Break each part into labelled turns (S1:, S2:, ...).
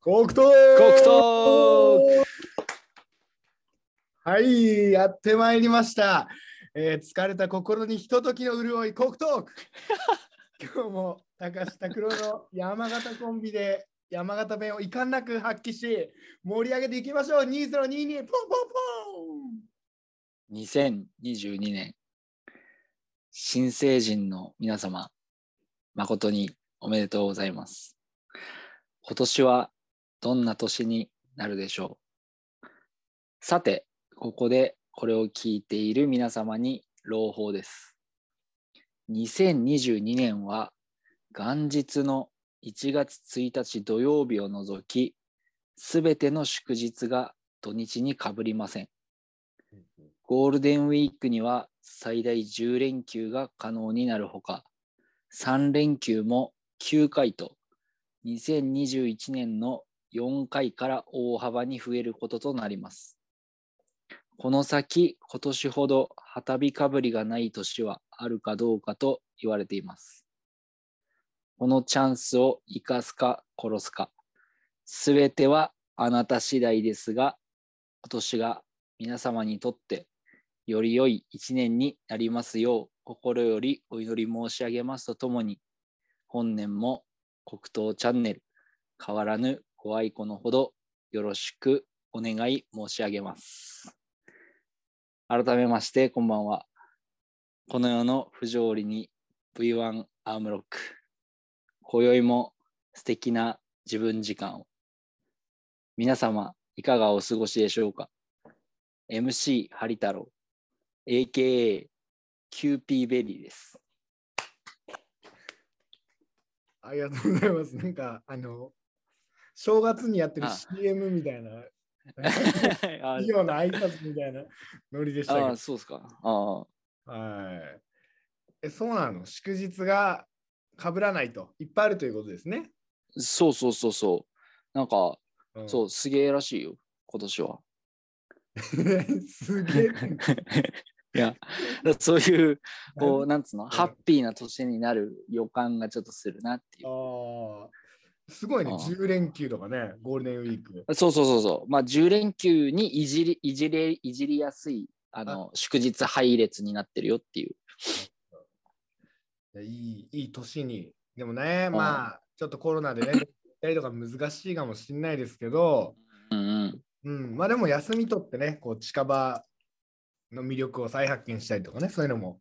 S1: コクトー
S2: コクト
S1: はい、やってまいりました。えー疲れた心にひとときの潤い、コクトー ク今日も高橋拓郎の山形コンビで山形弁を遺憾なく発揮し、盛り上げていきましょう !2022 ポンポン
S2: 2022年、新成人の皆様、誠におめでとうございます。今年はどんな年になるでしょうさて、ここでこれを聞いている皆様に朗報です。2022年は元日の1月1日土曜日を除き、すべての祝日が土日にかぶりません。ゴールデンウィークには最大10連休が可能になるほか、3連休も9回と、2021年の4回から大幅に増えることとなります。この先、今年ほど旗日かぶりがない年はあるかどうかと言われています。このチャンスを生かすか殺すか、すべてはあなた次第ですが、今年が皆様にとってより良い一年になりますよう心よりお祈り申し上げますとともに本年も黒糖チャンネル変わらぬご愛顧のほどよろしくお願い申し上げます改めましてこんばんはこの世の不条理に V1 アームロック今宵も素敵な自分時間を皆様いかがお過ごしでしょうか MC ハリ太郎 AKA キューピーベリーです。
S1: ありがとうございます。なんか、あの、正月にやってる
S2: あ
S1: CM みた いな、
S2: あ
S1: 企業の挨拶みたいなノリでしたけど
S2: あ、。そうですか。あ
S1: はい。え、そうなの祝日が被らないと、いっぱいあるということですね。
S2: あ、そうそうそうそう。なんか、
S1: うん
S2: そう、すげえらしいよ、今 年は。
S1: す げえ。
S2: いや、そういう、こう、
S1: あ
S2: なんつうの、ハッピーな年になる予感がちょっとするなっていう。
S1: ーすごいね、
S2: うん
S1: 10連休とかね、ゴールデンウィーク。
S2: そうそうそうそう。まあ、10連休にいじり、いじれ、いじりやすい、あの、祝日配列になってるよっていう。
S1: いやいい、いい年に。でもね、まあ、ちょっとコロナでね、行ったりとか難しいかもしれないですけど、
S2: うんうん。
S1: うん、まあでも休み取ってね、こう近場の魅力を再発見したりとかね、そういうのも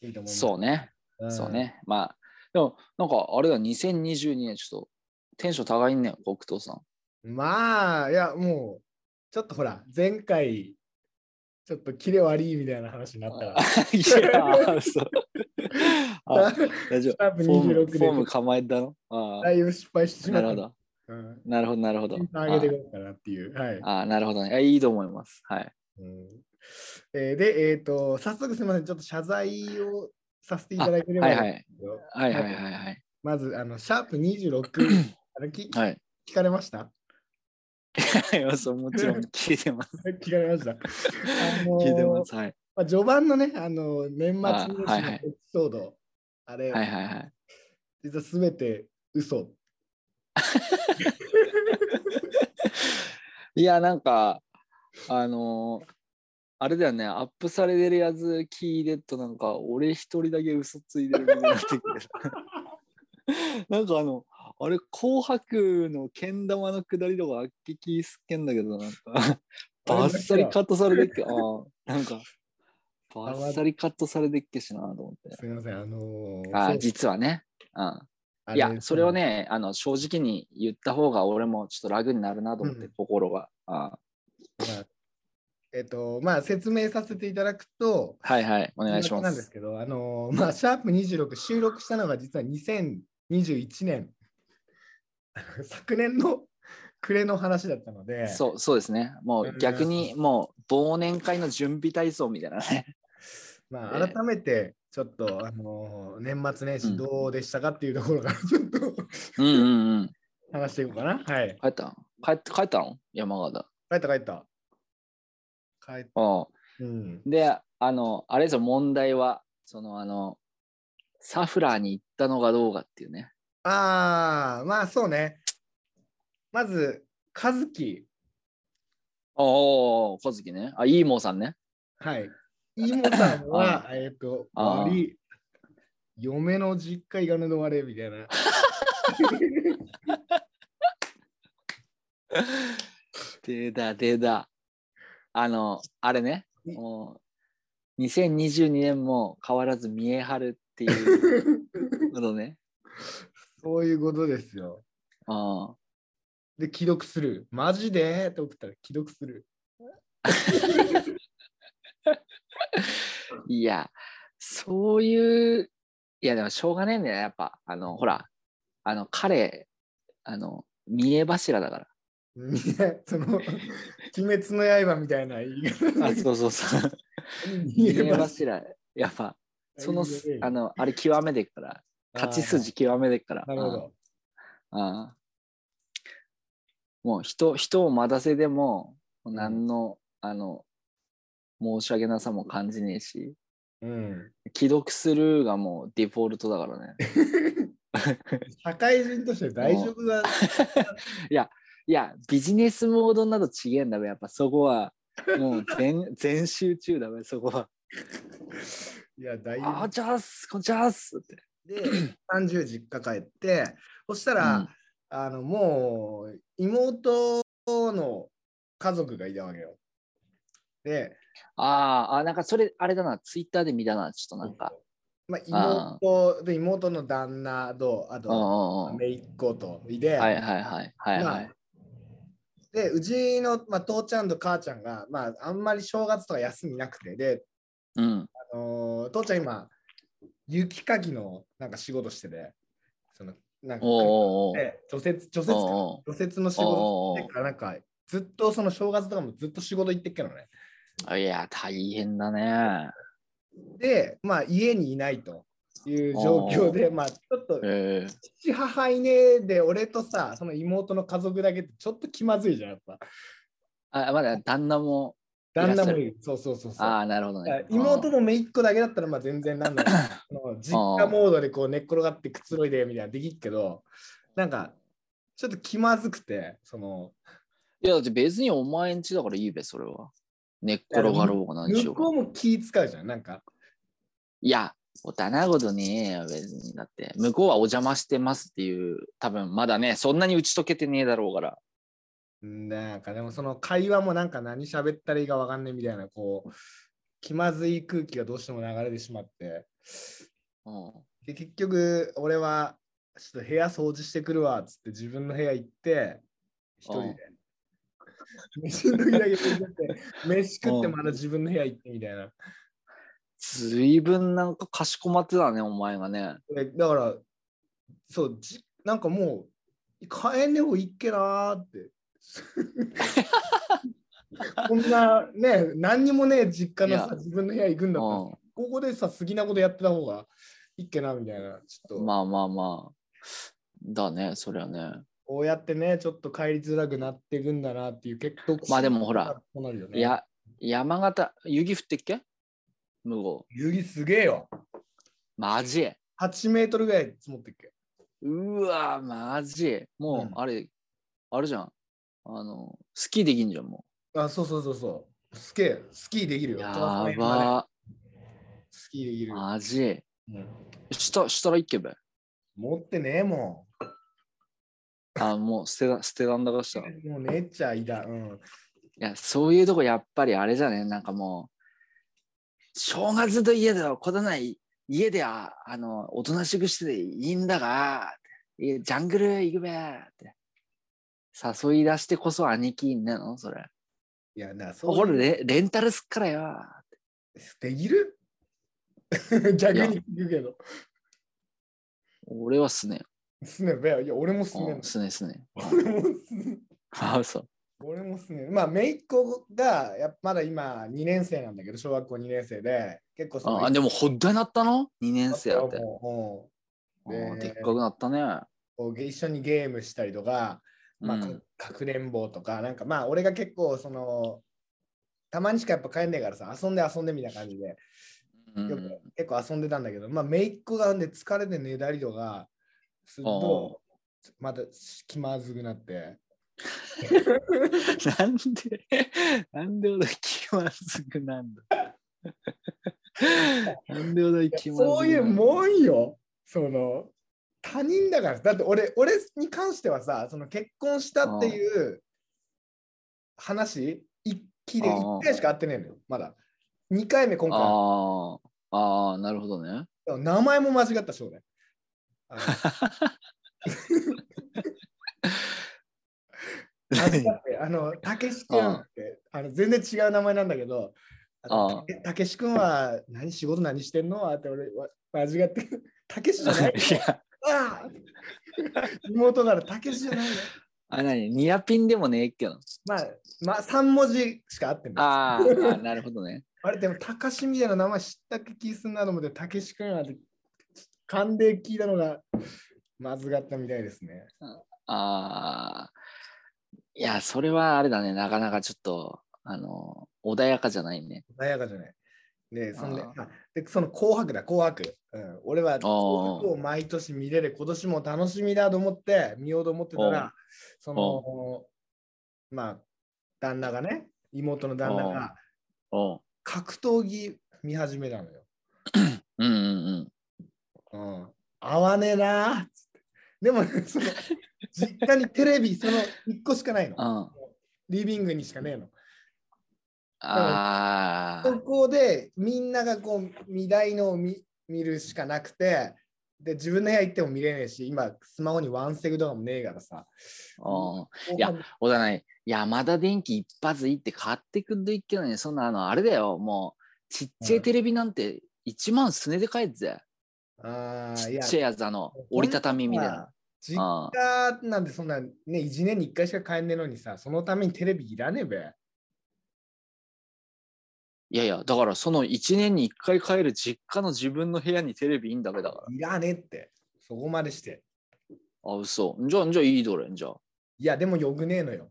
S1: いいと思う。
S2: そうね。
S1: ん
S2: そう。ね。まあ、でも、なんか、あれだ、2022年、ちょっと、テンション高 いんねん、北斗さん。
S1: まあ、いや、もう、ちょっとほら、前回、ちょっとキレ悪いみたいな話になったから。
S2: いや、嘘あ大丈
S1: シャープ
S2: 夫。フォーム、
S1: 26
S2: フ
S1: で
S2: ォーム構えたのあ
S1: だいぶ失敗して
S2: あ
S1: しまっ
S2: なるほ
S1: た。
S2: ど。
S1: うん。
S2: なるほど、なるほど。
S1: 上げていこうかなっていう。はい。
S2: ああ、なるほどね。いいいと思います。はい。
S1: うんえーで、えっ、と、早速すみません、ちょっと謝罪をさせていただければ
S2: はいはい。
S1: いいよ
S2: はいはいはいはい。
S1: まず、あの、シャープ26、あ のき
S2: はい。
S1: 聞かれました
S2: はい、そうもちろん聞いてます。
S1: 聞かれました。あのー
S2: 聞いてます。はい。
S1: まあ、序盤のね、あの、年
S2: あ
S1: 末年始
S2: はい
S1: の
S2: はい
S1: エピソード、あれ、
S2: はいはいはい。
S1: 実はすべて嘘。
S2: いや、なんか、あのーあれだよね、アップされてるやつ聞いてっと、なんか、俺一人だけ嘘ついてるみたいになってくる。 なんかあの、あれ、紅白のけん玉のくだりとか、あっけきすっけんだけど、なんか、 バッサリカットされてっけ、あーなんか、バッサリカットされてっけしなと思って。
S1: すみません、あのー
S2: あ
S1: そ
S2: ー
S1: う
S2: 実はね。うん、
S1: あ
S2: いや、それを、ね、あの正直に言った方が俺もちょっと楽になるなと思って、
S1: うん
S2: 心が。あー
S1: まあえっ、と、まあ、説明させていただくと、
S2: はいはい、お願いしま
S1: なんです
S2: す。
S1: けど、あのーまあ、シャープ26収録したのが実は2021年、あの 昨年の暮れの話だったので、
S2: そうそうですね。も
S1: う
S2: うん逆にもう忘年会の準備体操みたいなね。
S1: まあ、
S2: ええ
S1: 改めて、ちょっと、あのー年末年始どうでしたかっていうところから、 ちょっと
S2: うんうんうん。
S1: 話していこうかな。はい。
S2: 帰ったの帰って帰ったの山形。
S1: 帰った帰った。帰っ
S2: ああ
S1: うん。
S2: で、あの、あれですよ、問題は、そのあの、サフラーに行ったのかどうかっていうね。
S1: ああ、まあそうね。まず、和樹。
S2: おー、小月ね。あ、いいもうさんね。
S1: はい。妹さんは、
S2: あ
S1: えっ、と、
S2: あー
S1: より嫁の実家いがぬの悪いみた いな。
S2: 出だ出だ。あの、あれね。
S1: い
S2: もう、2022年も変わらず見え張るっていうこと ね。
S1: そういうことですよ。
S2: あ
S1: で、既読する。マジでって送ったら、既読す る。
S2: ーいや、そういう、いや、でもしょうがねえんだよ、やっぱ。あの、ほら、あの、彼、あの、見え柱だから。
S1: いや、その、鬼滅の刃みたいな言い方
S2: あ、
S1: だ けど
S2: そうそうそう。
S1: 見
S2: 見
S1: え
S2: え
S1: ます
S2: 柱、やっぱ、そのす
S1: 見え、
S2: あの、あれ極めてっから、勝ち筋極めてっから。
S1: あーなるほど。
S2: ああもう人人を待たせでももう何の、あの申し訳なさも感じねえし
S1: うん。
S2: 既読スルーがもうデフォルトだからね
S1: 社会人として大丈夫だ。
S2: いやビジネスモードなど違えんだべやっぱそこはも う全全集中だべそこは
S1: いや、大丈
S2: ああジャースこんジャースって
S1: 夫で、30実 家帰って、そしたら、
S2: うん
S1: あの、もう、妹の家族がいたわけよ。で、
S2: あああなんかそれあれだなツイッターで見たなちょっとなんか
S1: まあ、妹で妹の旦那と、あ
S2: うんう
S1: と、
S2: んうん
S1: 姪っ子と、いて、
S2: はいはいはいはい
S1: ま
S2: は
S1: あ
S2: い
S1: で、うちの、まあ、父ちゃんと母ちゃんが、まあ、あんまり正月とか休みなくて、で、
S2: うん
S1: あのー父ちゃん今、雪かきのなんか仕事してて、そのなんか
S2: おうおうおう
S1: で除雪、除雪
S2: おう
S1: か、
S2: おう
S1: 除雪の仕
S2: おうお
S1: 事
S2: う
S1: してから、なんか、ずっとその正月とかもずっと仕事行ってっけどね。
S2: いや、大変だね。
S1: で、まあ、家にいないという状況で、まあ、ちょっと、
S2: えー
S1: 父母いねえで、俺とさ、その妹の家族だけってちょっと気まずいじゃん、やっぱ。
S2: あまだ旦那も。
S1: 旦那もいる。そうそうそうそう。
S2: ああ、なるほどね。
S1: 妹のめいっ子だけだったらまあ全然なん だろうあの実家モードでこう寝っ転がってくつろいでみたいなのできっけどなんかちょっと気まずくてその
S2: いや、だって別にお前んちだからいいべ、それは。寝っ転がろうが何し
S1: 向
S2: ようか
S1: こう。も気使うじゃんなんか
S2: いや、おたなごとねえよ、別に。だって、向こうはお邪魔してますっていう、多分まだね、そんなに打ち解けてねえだろうから。
S1: なんかでもその会話もなんか何喋ったらいいかわかんないみたいなこう気まずい空気がどうしても流れてしまって
S2: うん、
S1: で結局俺はちょっと部屋掃除してくるわっつって自分の部屋行って一人で 飯の時だけ食って飯食って
S2: うん
S1: まだ自分の部屋行ってみたいな
S2: ずいぶんなんかかしこまってたね、お前がね。
S1: でだからそうじなんかもう帰んでもいいっけなーって こんなね何にもね実家の
S2: い
S1: さ
S2: や
S1: 自分の部屋行くん
S2: う
S1: だったらここでさ好きなことやってた方がいいっけなみたいなちょっと
S2: ん、まあまあまあ。だね、それはね。
S1: こうやってね、ちょっと帰りづらくなっていくんだなっていう結構。
S2: まあでもほら、
S1: そうなるよね、
S2: い、や、山形、雪降ってっけ向こう。
S1: 雪すげえよ。
S2: マジ
S1: 8メートルぐらい積もってっけ。
S2: うわ、マジも
S1: う
S2: う、
S1: ん
S2: あれ、あれじゃん。あの、スキーできんじゃん、も
S1: あ、そうそうそうそう。スケスキーできる
S2: う。
S1: よ。
S2: や
S1: トラファイまで
S2: ば、
S1: スキーできるよ。
S2: マジ。
S1: うん
S2: した、したら行けば。
S1: 持ってねえも
S2: あ、もう捨てた、捨てたんだかした。い
S1: ん。もうねえっちゃいだ。うん。
S2: や、そういうとこ、やっぱりあれじゃね、なんかもう、正月と家では来ない、家では、あの、おとなしくしてていいんだが、いやジャングル行くべって。誘い出してこそ兄貴になのそれ。
S1: いや、な、そう
S2: これレレンタルすっからよ。
S1: できる 逆に言うけど。
S2: 俺はすね。
S1: すねべ。いや、俺もすね
S2: うんすねすね。
S1: 俺もすね。
S2: あそう。
S1: 俺もすね。まあ、姪っ子がやっぱまだ今2年生なんだけど、小学校2年生で、結構その
S2: ああでも、ほっだになったの ?2 年生やって。
S1: もううん
S2: あ
S1: で
S2: でっかくなったね。
S1: こう一緒にゲームしたりとか、まあ
S2: うん
S1: かかくれんぼとか、なんかまあ俺が結構その、たまにしかやっぱ帰んねえからさ、遊んで遊んでみたいな感じで、
S2: う
S1: よく
S2: ん
S1: 結構遊んでたんだけど、まあ姪っ子がね、疲れてねだりとか、すると、また気まずくなって、
S2: なんで、なんで俺気まずくなんだ。なんで俺気まずくなんだ。
S1: そういうもんよ。その他人だから。だって俺俺に関してはさ、その結婚したっていう話、一期で
S2: ああ
S1: 1回しか会ってないのよ、まだ。2回目今回。
S2: ああ、ああ、なるほどね。
S1: 名前も間違ったし、俺。あのあのだってあの、たけし君って、あの全然違う名前なんだけど、あ
S2: あ
S1: のたけし君は何仕事何してんのって俺わ間違って、たけしじゃない
S2: いや、
S1: ああ妹ならたけしじゃないよ。
S2: あ、なに、ニアピンでもねえけど。
S1: まあ、まあ、3文字しか合ってない。あ
S2: あーあ、なるほどね。
S1: れ、でも、たかしみたいな名前知った気すんなと思って、たけし君は勘で聞いたのがまずかったみたいですね。
S2: ああ、いや、それはあれだね、なかなかちょっと、あの、穏やかじゃないね。
S1: 穏やかじゃない。で、そんで、
S2: あ
S1: あでその紅白だ、紅白。うん、俺は紅白
S2: お
S1: を毎年見れる、今年も楽しみだと思って、見ようと思ってた
S2: おう
S1: ら、その、まあ、旦那がね、妹の旦那が
S2: おう
S1: 格闘技見始めたのよ。
S2: うんうんうん。
S1: うん、合わねえなーっつって。でも、その、実家にテレビ、その1個しかない の。
S2: うん、
S1: リビングにしかねえの。
S2: あ
S1: そこでみんながこう見台のを見見るしかなくてで自分の部屋行っても見れねえし今スマホにワンセグとかもねえからさ
S2: あ、うんいやおだない、山田電機一発いいって買ってくんといっけどね、そんなあの、あれだよ、もう、ちっちゃいテレビなんて1万すねで買えっぜ。
S1: あ
S2: ち
S1: ーい
S2: っ
S1: や
S2: ちゃいやつあの、折りたたみみたいな。
S1: 実
S2: あ
S1: 家なんてそんなね1年に1回しか買えねえのにさそのためにテレビいらねえべ
S2: いやいや、だからその1年に1回帰る実家の自分の部屋にテレビいいんだけだから。
S1: いらねえってそこまでして
S2: あ、嘘。じゃあ、じゃあいいどれじゃあ。
S1: いやでもよくねえのよ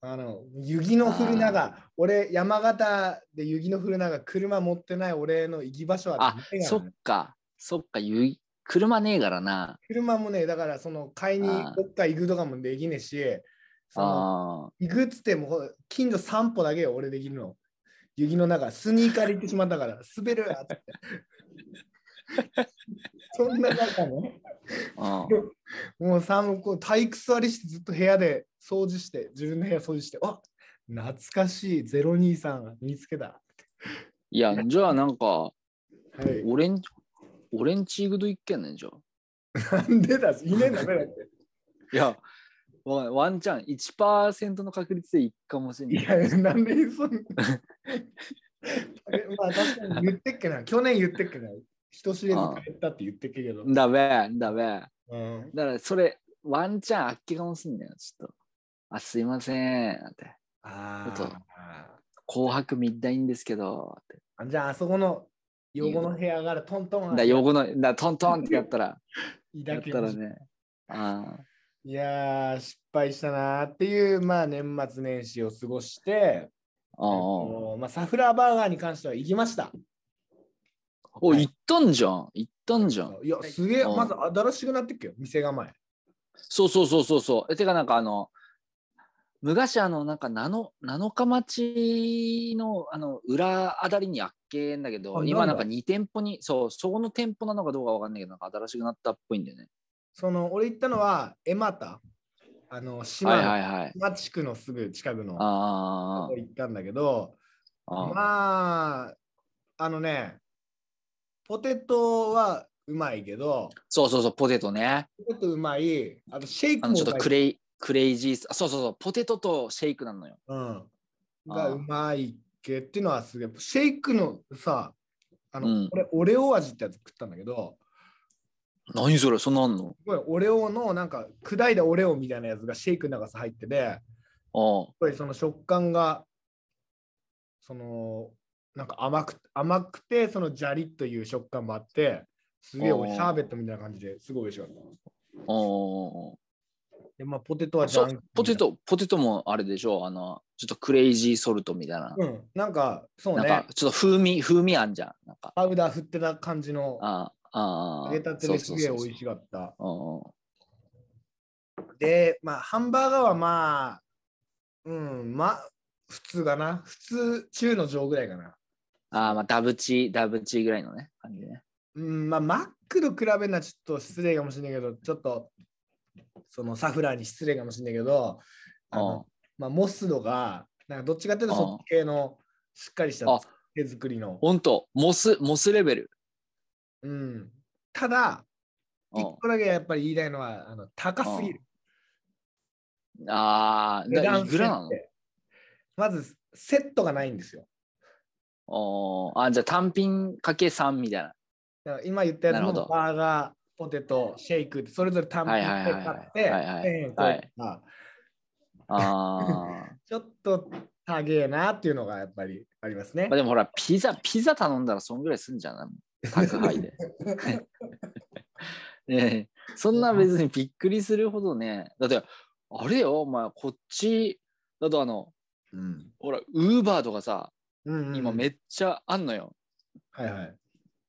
S1: あの雪の降る中俺山形で雪の降る中車持ってない俺の行き場所は
S2: あ
S1: ねえ、から
S2: そ
S1: ね
S2: っか、そっか、ゆい車ねえからな。
S1: 車もね、だからその買いに
S2: あー
S1: どっか行くとかもできねえし、その
S2: あ
S1: 行くっつってもほら近所散歩だけよ、俺できるの。雪の中、スニーカーで行ってしまったから、滑るわっつって。そんな中ね、
S2: ーあー。
S1: もう寒く体育座りしてずっと部屋で掃除して、自分の部屋掃除して、あ懐かしい023見つけた。
S2: いや、じゃあなんか、
S1: はい、
S2: 俺ん、俺んち行くといっけんねんじゃあ。
S1: なんでだいねえんだめだって。
S2: いや、わかんないワンチャン1%の確率で行くかもしれ
S1: い
S2: ない。
S1: や、なんで言うそんな。まあ確かに言ってっけな。去年言ってっけな。人知れず帰ったって言ってっけけど。
S2: だべ、だべ。
S1: うん、
S2: だからそれ、ワンチャンあっけかもしんないよ、ちょっと。あ、すいません。って
S1: あ
S2: ちょっと
S1: あ
S2: 紅白見たいんですけど。って
S1: あ。じゃあ、あそこの横の部屋からトントン
S2: だ横の、だトントンってやっ たら、や
S1: 抱
S2: っ
S1: き
S2: たらね。ああ。
S1: いやー、失敗したなーっていう、まあ年末年始を過ごして、
S2: ああ。
S1: えっとまあ、サフラーバーガーに関しては行きました。
S2: お、
S1: はい
S2: 行ったんじゃん。行ったんじゃん。
S1: いや、すげえ、
S2: うん
S1: まず新しくなってっけよ、店構え。
S2: そうそうそうそうそう。えてかなんかあの、昔あの、なんかなの7日町のあの裏あたりにあっけんだけ
S1: あ
S2: ど、今
S1: な
S2: なんん
S1: だ
S2: か2店舗に、そう、そこの店舗なのかどうかわかんないけど、なんか新しくなったっぽいんだよね。
S1: その、俺行ったのは、エマタ。あの、島
S2: はい
S1: の
S2: はいはい。
S1: まあ、地区のすぐ近くのと
S2: あ
S1: こ行ったんだけど、
S2: あ、ああ、
S1: まあ、あのね、ポテトはうまいけど、
S2: そうそうそう、ポテトね。
S1: ポテトうまい、あとシェイ
S2: あ
S1: ク
S2: の、
S1: も
S2: ち
S1: う
S2: ょっと
S1: まい
S2: クレイ、クレイジース、あそうそうそう、ポテトとシェイクなのよ。
S1: うん、
S2: あ
S1: がうまいけっていうのはすげえ。シェイクのさ、あの、
S2: うん
S1: 俺、オレオ味ってやつ食ったんだけど、
S2: 何それ、そんなんあんの
S1: これオレオのなんか砕いたオレオみたいなやつがシェイクの中さ入ってて、やっ
S2: あ
S1: ぱりその食感が、その、なんか甘く甘くて、そのジャリッという食感もあって、すげえおい
S2: おー
S1: シャーベットみたいな感じですごい美味しかった。
S2: あ、ああ。
S1: で、まあ、ポテトはジ
S2: そ
S1: ャン
S2: うポテ。ト、ポテトもあれでしょあの、ちょっとクレイジーソルトみたいな。
S1: うん、なんか、そう
S2: なん
S1: ね
S2: か、、ちょっと風味、風味あんじゃん。なんか、
S1: パウダー振ってた感じの
S2: ああ、あ
S1: 揚
S2: あ。
S1: げたてですげえ美味
S2: い。
S1: しかった。
S2: うんうん
S1: で、まあ、ハンバーガーはまあ、うん、まあ、普通かな。普通、中の上ぐらいかな。
S2: ああ、まあ、ダブチ、ダブチぐらいのね、感じね。
S1: うん、まあ、マックと比べるのはちょっと失礼かもしれないけど、ちょっと、そのサフラーに失礼かもしれないけど、あ
S2: あ
S1: のまあ、モスドが、なんかどっちかっていうと、そっち系のしっかりした
S2: あ
S1: 手作りの。
S2: ほんと、モス、モスレベル。
S1: うん、ただ、
S2: うん
S1: 一個だけやっぱり言いたいのは、あの高すぎる。
S2: ああ、
S1: 値
S2: だい
S1: 段
S2: くらなの
S1: 設定まず、セットがないんですよ。
S2: おーあ、じゃあ単品かけ3みたいな。
S1: だから今言ったやつ
S2: なる
S1: も
S2: ほど
S1: バーガー、ポテト、シェイクってそれぞれ単品
S2: はいはい
S1: で
S2: はい
S1: 買って
S2: はいはい
S1: 1000円超えたら
S2: あ
S1: ちょっと高えなっていうのがやっぱりありますね
S2: ーまあ。でもほら、ピザ、ピザ頼んだらそんぐらいすんじゃない宅配で。 ねえそんな別にびっくりするほどね。だって、あれよ、お前、こっち、だとあの、
S1: うん
S2: ほら、ウーバーとかさ、
S1: うんうん
S2: 今めっちゃあんのよ。
S1: はいはい。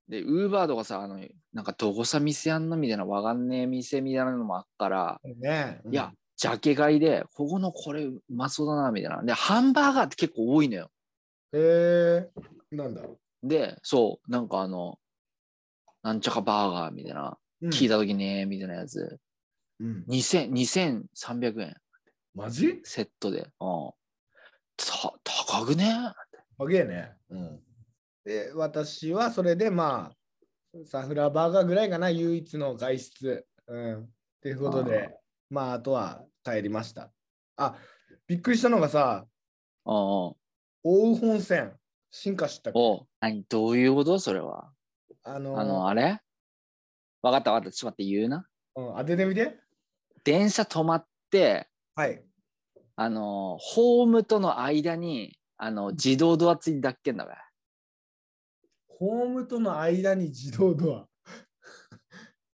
S2: で、ウーバーとかさ、あの、なんかどこさ店やんのみたいな、わかんねえ店みたいなのもあっから、
S1: ね、うん
S2: いや、、ジャケ買いで、ここのこれうまそうだな、みたいな。で、ハンバーガーって結構多いのよ。
S1: えー、なんだろ
S2: で、そう、なんかあの、なんちゃかバーガーみたいな、
S1: う。
S2: 聞い
S1: た。
S2: たときね、みたいなやつ、
S1: うん、
S2: 2000 2300円、
S1: マジ
S2: セットで。うん。た、高くね
S1: 高えね。うん。で、私はそれでまあ、サフラーバーガーぐらいかな、唯一の外出。うん。っていうことで、まあ、あとは帰りました。あ、びっくりしたのがさ、
S2: うんうん。
S1: 奥羽本線、進化した。
S2: お何、どういうことそれは。
S1: あのー
S2: あの、あれわかったわかった。ちょっと待って、言うな。
S1: うん、当ててみて。
S2: 電車止まって、
S1: はい。
S2: あの、ホームとの間に、あの、自動ドアついだっけんだべ。
S1: ホームとの間に自動ドア。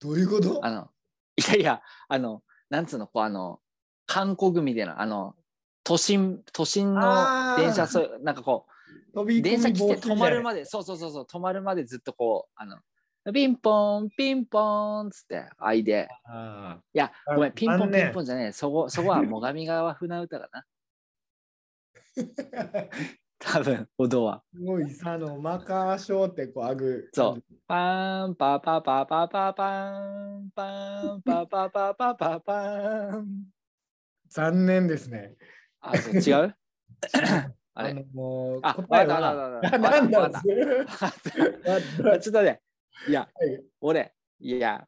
S1: どういうこと
S2: あの、いやいや、あの、なんつうの、こう、あの、韓国みたいな、あの、都心、都心
S1: あ
S2: の
S1: ー
S2: 電車、そういう、なんかこ
S1: 飛
S2: う、
S1: び
S2: 電車来て止まる
S1: ま
S2: まで、そうそうそう、そう止まるまでずっとこう、あの、ピンポン、ピンポンっつって、あいで。
S1: あ
S2: いや、
S1: あ
S2: ごめん、ピンポ
S1: 残
S2: ン、ピ
S1: 念
S2: ンポンじゃねえ。そこ、そこは最上川船歌かな。
S1: ー
S2: 多分、お堂は。
S1: すごいさ、あの、マカーショーってこう、あぐ。
S2: そう。パンパパパパパパンパンパパパパパパン。
S1: 残念ですね。
S2: あ、そう違 う あれ
S1: のもう
S2: あ、
S1: 答え
S2: わかった
S1: は
S2: わ。かったわかっ
S1: な
S2: た
S1: んだ
S2: わかった
S1: わか
S2: ち
S1: っ
S2: ょっとね、いや
S1: はい、
S2: 俺、いや、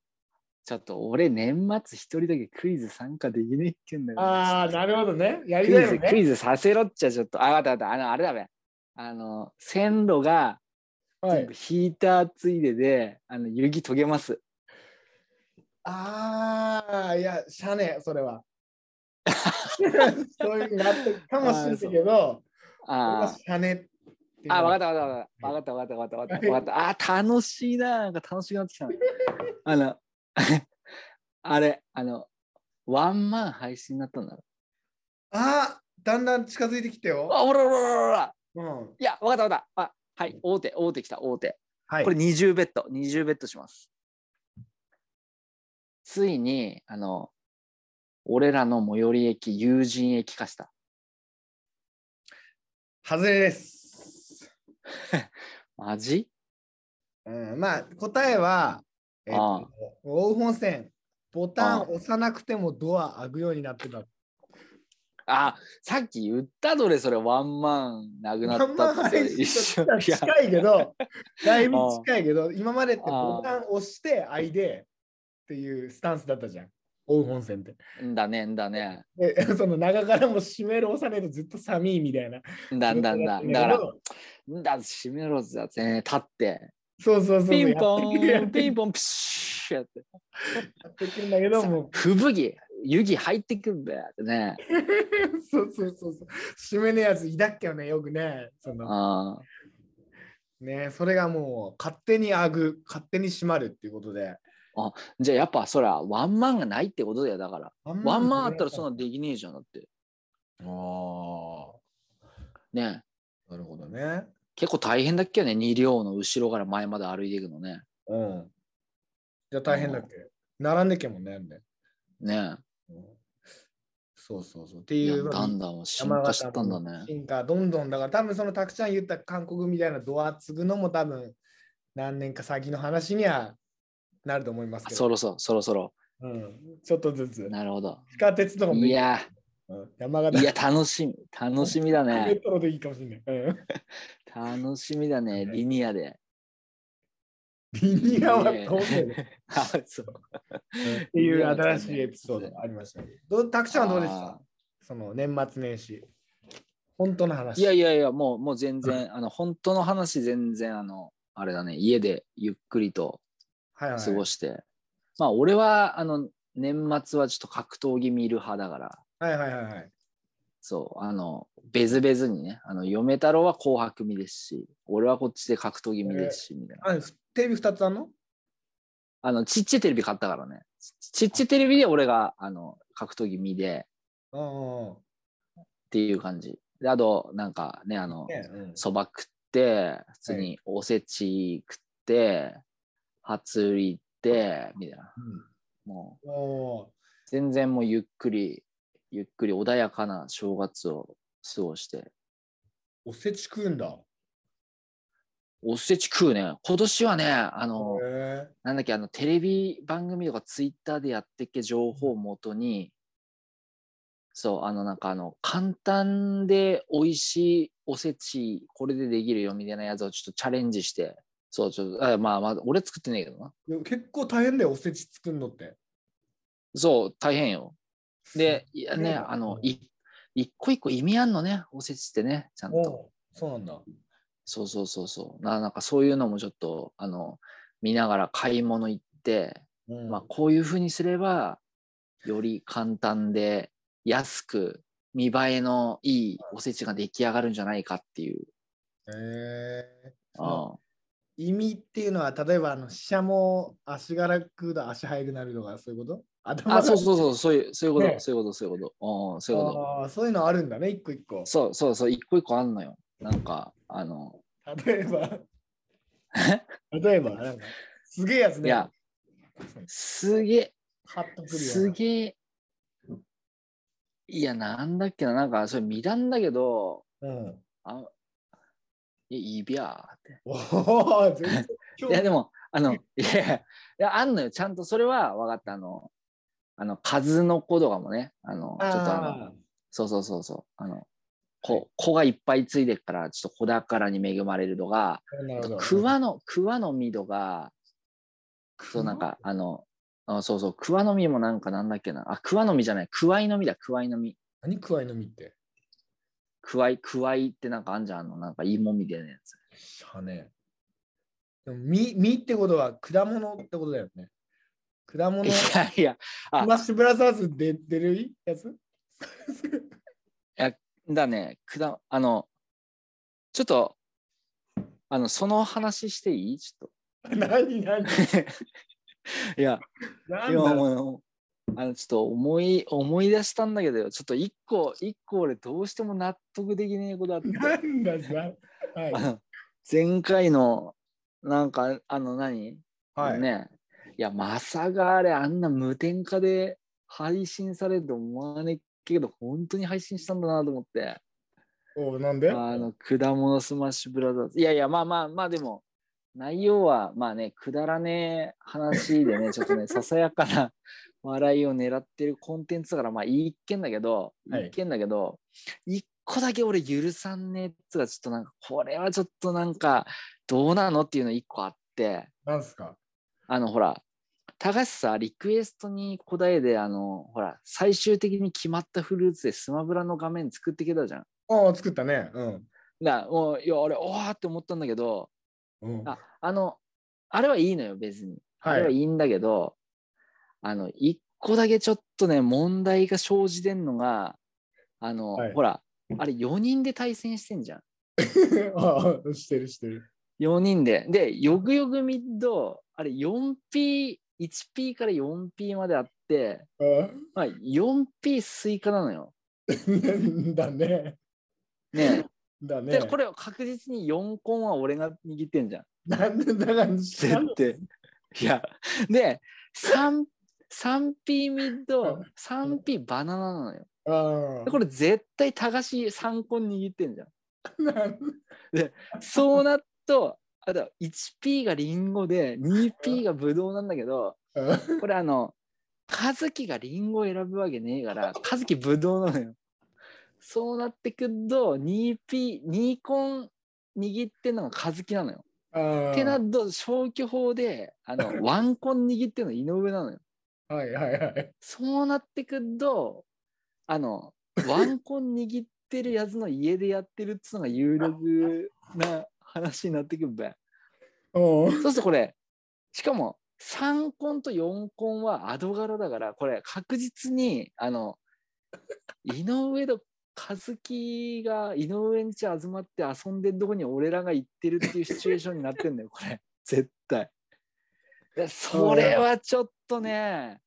S2: ちょっと俺、年末一人だけクイズ参加できねえっけんだ
S1: た
S2: から
S1: ああ、なるほどね。や
S2: ク
S1: り
S2: イ
S1: たい
S2: ズ、
S1: よ
S2: ク
S1: ね。
S2: イズさせろっちゃちょっと。あ、わかったわかった。あの、あれだべ。あの、線路が
S1: は
S2: 全
S1: い
S2: 部、ヒーターついでで、あの、湯気溶けます。
S1: ああ、いや、しゃあねえ、それ は。そういうふうになってるかもしれないけど、それは
S2: あー
S1: しゃあねえ。
S2: あ、わかったたわかったわかったわかったわかったわかったわかった。あー、楽しいな。なんか楽しくなってき たな。あの、 あれ、あの、ワンマン配信になったんだろ。
S1: あーだんだん近づいてきてよ。
S2: あ、おらおらおらおら。
S1: うん。
S2: いや、わかったわかった。あ、はい、大手、大手来た、大手。
S1: はい。
S2: これ20ベッド、20ベッドします。ついに、あの、俺らの最寄り駅、友人駅化した。
S1: 外れです。
S2: マジ
S1: うん、まあ、答えは、えっ
S2: ああ
S1: と、大本線、ボタン
S2: ああ
S1: 押さなくてもドア開くようになってた。
S2: あ、さっき言ったどれ、それ、ワンマンなくなったってさ。一緒。いや
S1: 近いけ ど、だいぶ近いけど、今までってボタン押して、開いでっていうスタンスだったじゃん。大本線って。
S2: んだね、んだね。
S1: で、 その中からも閉める押さないとずっと寒いみたいな。
S2: んだんだ んだ。
S1: 状態
S2: だか
S1: った
S2: ら
S1: け、ど
S2: んだ、閉めろぜ、ね、立って。
S1: そうそうそうそう。
S2: ピンポ
S1: やっ
S2: ン、
S1: て
S2: ピンポン、プシューやって。
S1: やってくんだけど、もう
S2: 吹雪、湯気入ってくんだよってね。
S1: そうそうそうそう。締めのやついたっけよね、よくね。その
S2: あー
S1: ねそれがもう勝手にあぐ、勝手に閉まるっていうことで。
S2: じゃあやっぱそらワンマンがないってことだよだから。ワンマンあったらそんなできねえじゃんだって。
S1: の。
S2: ね
S1: ああ、なるほどね。
S2: 結構大変だっけよね2両の後ろから前まで歩いていくのね。
S1: うん。じゃあ大変だっけ。並んでけもんね。あんで
S2: ね
S1: そうそうそう。って
S2: い
S1: い
S2: や
S1: うのに
S2: だんだん進化してったんだね。
S1: 進化、どんどんだから、多分そのたくちゃん言った韓国みたいなドア継ぐのも多分何年か先の話にはなると思いますけど。
S2: そろそろ、そろそろ。
S1: うん、ちょっとずつ。
S2: なるほど。
S1: 地下鉄とかもできる
S2: いや
S1: うん山形
S2: ー、いや、楽しみ。楽しみだ
S1: メ
S2: ね。
S1: トロでいいかもしれない。うん
S2: 楽しみだね。リニアで。
S1: リニアは東京で。
S2: あそう
S1: っていう新しいエピソードがありましたね。どうたくちゃんはどうでした
S2: あ
S1: その年末年始。本当の話。
S2: ーいやいやいや、もうもう全然、あの、本当の話、全然、あの、あれだね、家でゆっくりと
S1: はいはい、
S2: 過ごして。まあ、俺は、あの、年末はちょっと格闘技見る派だから、
S1: はいはいはいはい。
S2: そう、あの、別々にね、あの、嫁太郎は紅白見ですし、俺はこっちで格闘技見ですし、みたいな。
S1: あふテレビ2つあんの
S2: あの、ちっちゃいテレビ買ったからね。ちちっちゃいテレビで俺が、あの、格闘技見で、
S1: うんうん
S2: っていう感じ。で、あと、なんかね、あの、
S1: ねうん。
S2: そば食って、普通におせち食って、初売り行って、みたいな。もう、
S1: うんおー
S2: 全然もうゆっくり、ゆっくり穏やかな正月を過ごして。
S1: おせち食うんだ。
S2: おせち食うね。今年はね、あの、
S1: へえ
S2: なんだっけ、あの、テレビ番組とかツイッターでやってっけ情報をもとに、そう、あの、なんかあの、簡単で美味しいおせち、これでできるよみたいなやつをちょっとチャレンジして、そう、ちょっと、あまあまあ、俺作ってねえけどな。
S1: でも結構大変だよ、おせち作るのって。
S2: そう、大変よ。で、いやね、
S1: そう
S2: あの、い一個一個意味あんのね、おせちってね、ちゃん
S1: お
S2: と。
S1: ーそうなんだ。
S2: そうそうそうそう。ななんかそういうのもちょっと、あの、見ながら買い物行って、
S1: うん
S2: まあ、こういうふうにすればより簡単で安く見栄えのいいおせちが出来上がるんじゃないかっていう。
S1: へえその
S2: あ
S1: 意味っていうのは、例えば、あの、ししゃも、足柄食うだ、足入るなるとか、そういうこと頭
S2: あ、そう
S1: う。
S2: そうそう、そういう、そういうこと、
S1: ね
S2: そういうこと、そういうこと、うん、そういうこ
S1: あーそういうのあるんだね、一個一個
S2: と。。そうそうそう、一個一個あんのよ。なんか、あの、
S1: 例え ば、例えば、なんか、すげえやつ
S2: い
S1: ね。
S2: や、すげえ、
S1: ハッとくるような。
S2: すげえ、いや、なんだっけな、なんか、それ見たんだけど、
S1: うん。
S2: あ、いいびゃーって。
S1: おお、全然。
S2: いやでも、あの、い やいや、あんのよ。ちゃんとそれは分かった。あの、あの、数の子とかもね、あの、ちょっとあの、
S1: あ
S2: そうそうそうそう、あの、子、子がいっぱいついてっから、ちょっと子宝に恵まれるとか、
S1: あ、なる
S2: あ
S1: ほ
S2: と
S1: ど。
S2: 桑の、桑の実とか、そうなんか、あの、あそうそう、桑の実もなんかなんだっけな。あ、桑の実じゃない、桑いの実だ、桑いの実。
S1: 何くわいの実って。
S2: 桑い、桑いってなんかあんじゃん、あの、なんか芋みたいなやつ。
S1: しゃね。でも実実ってことは果物ってことだよね。果物。
S2: い
S1: ス
S2: やいや、あ
S1: マッシュブラザーズで出るやつ
S2: だね、くだ、あの、ちょっと、あの、その話していいちょっ
S1: 何何何
S2: と。いや、
S1: だろ
S2: 今
S1: う
S2: もう、あの、ちょっと思い、思い出したんだけどよ、ちょっと一個、一個俺どうしても納得できねえことあって、
S1: なんださ。はい
S2: あ。の 前回の、なんか、あの何、
S1: はい。
S2: ね、いや、まさかあれ、あんな無添加で配信されると思わねえけど、本当に配信したんだなと思って。
S1: おなんで
S2: あの、果物スマッシュブラザーズ。いやいや、まあまあまあ、でも、内容は、まあね、くだらねえ話で ね、ちょっとね、ささやかな笑いを狙ってるコンテンツだから、まあ、一見だけど、
S1: はい
S2: 一見だけど、一個だけ俺許さんねえっつうか、ちょっとなんか、これはちょっとなんか、どうなのっていうの一個あって、
S1: なんすか
S2: あの、ほら、高橋さ、リクエストに答えで、あの、ほら、最終的に決まったフルーツでスマブラの画面作ってきたじゃん。
S1: ああ、作ったね。うん。
S2: なもういや俺おーって思ったんだけど
S1: うん、
S2: ああのあれはいいのよ別にあれ
S1: は
S2: はい
S1: い。
S2: いんだけど、あの一個だけちょっとね問題が生じてんのがあの、
S1: はい
S2: ほらあれ4人で対戦してんじゃん
S1: ああ、してるしてる。
S2: 4人ででよぐよぐミッドあれ 4P1P から 4P まであって、
S1: ああ
S2: まあ、4P スイカなのよ。
S1: だね。
S2: ね
S1: だ
S2: え、
S1: ね。
S2: でこれを確実に4コンは俺が握ってんじゃん。
S1: なんでだから、知らん
S2: 絶対。いや、で、3P ミッド、3P バナナなのよ。
S1: ああ
S2: これ絶対たがし3個握ってんじゃん。
S1: れなん
S2: そうなっと、あと 1P がリンゴで 2P がブドウなんだけど、これあの、カズキがリンゴを選ぶわけねえから、カズキブドウなのよ。そうなってくると、2P、2コン握ってんのがカズキなのよ。
S1: あ
S2: ってなると、消去法で、あの、ワンコン握ってんの井上なのよ。
S1: はいはいはい。
S2: そうなってくると、あの、ワンコン握ってるやつの家でやってるっつうのが有力な話になってくるべ。
S1: おう
S2: そうするとこれ、しかも3コンと4コンはアド柄だから、これ確実に、あの、井上と和樹が井上んち集まって遊んでるとこに俺らが行ってるっていうシチュエーションになってんだよ、これ。絶対。いやそれはちょっとね、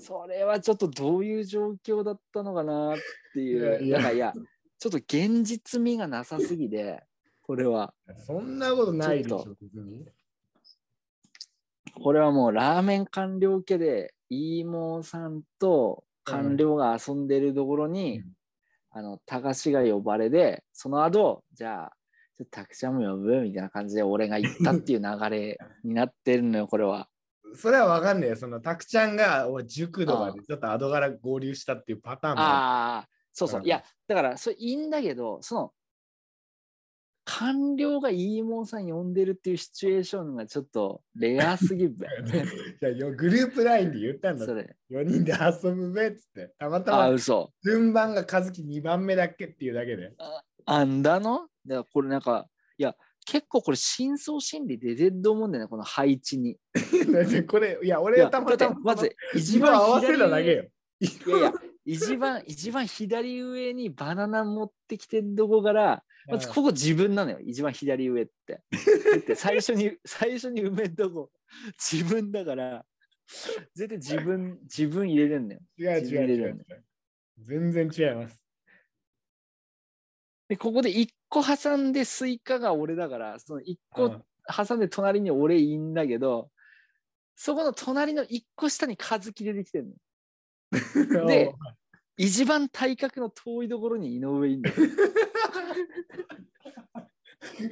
S2: それはちょっとどういう状況だったのかなってい
S1: いや
S2: う。
S1: い
S2: い
S1: や
S2: やいや、ちょっと現実味がなさすぎで、これは。
S1: そんなことないでし
S2: ちょっ
S1: ょ
S2: と、
S1: 別に。
S2: これはもうラーメン官僚家で、イーモーさんと官僚が遊んでるところに、
S1: うん
S2: あの、たかしが呼ばれで、その後、じゃあ、ちょっとたくちゃんも呼ぶみたいな感じで俺が行ったっていう流れになってるのよ、これは。
S1: それはわかんねえよ。その、たくちゃんが、おい塾とかでちょっとアドから合流したっていうパターンもあ
S2: ああ、そうそう。
S1: うん
S2: いや、だから、それいいんだけど、その、官僚がイーモーさん呼んでるっていうシチュエーションがちょっとレアす ぎるべ。
S1: るじゃあよグループラインで言ったんだ
S2: そ。れ。
S1: 4人で遊ぶべっつって。た また
S2: ああ、
S1: ま
S2: 嘘。
S1: 順番が和樹2番目だっけっていうだけで。
S2: あんだのだからこれなんか、いや、結構これ真相心理出てると思うんだよね、この配置に。
S1: だってこれ、いや、
S2: い
S1: 俺
S2: や
S1: はた
S2: だ
S1: ま
S2: って
S1: たま、
S2: まず、一
S1: 一番
S2: 番
S1: 合わせ
S2: 左
S1: ただけ
S2: 上
S1: よ。
S2: いやいや、一番、一番左上にバナナ持ってきてるとこから、まずここ自分なのよ、一番左上って。だって最 初に、最初に埋めるとこ、自分だから、絶対自分、自分入れるんだよ。
S1: 違う違う違う違う。全然違います。
S2: で、ここで一個挟んでスイカが俺だから、その一個
S1: うん
S2: 挟んで隣に俺いんだけど、そこの隣の一個下に和樹出てきてるの。で一番体格の遠いところに井上 いんだよ。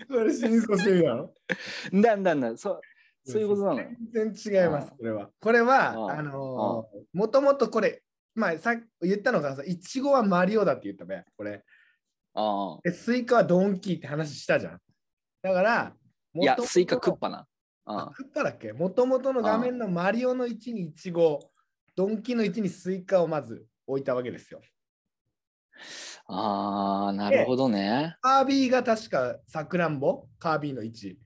S1: これ真相心理なの
S2: なんだんだ、そう、 そういうことなのよ。
S1: 全然違います
S2: あ、
S1: これは。これは、
S2: ああ
S1: あのーもともとこれ、まあ、さっき言ったのがさ、いちごはマリオだって言ったべ、これ。
S2: あ
S1: で、スイカはドンキーって話したじゃん。だから、
S2: あいや、
S1: 元々の
S2: スイカクッパな。
S1: あ
S2: あ
S1: クッパだっけもともとの画面のマリオの位置にイチゴ、ドンキーの位置にスイカをまず置いたわけですよ。
S2: あー、なるほどね。
S1: カービィが確かサクランボ、カービィの位置。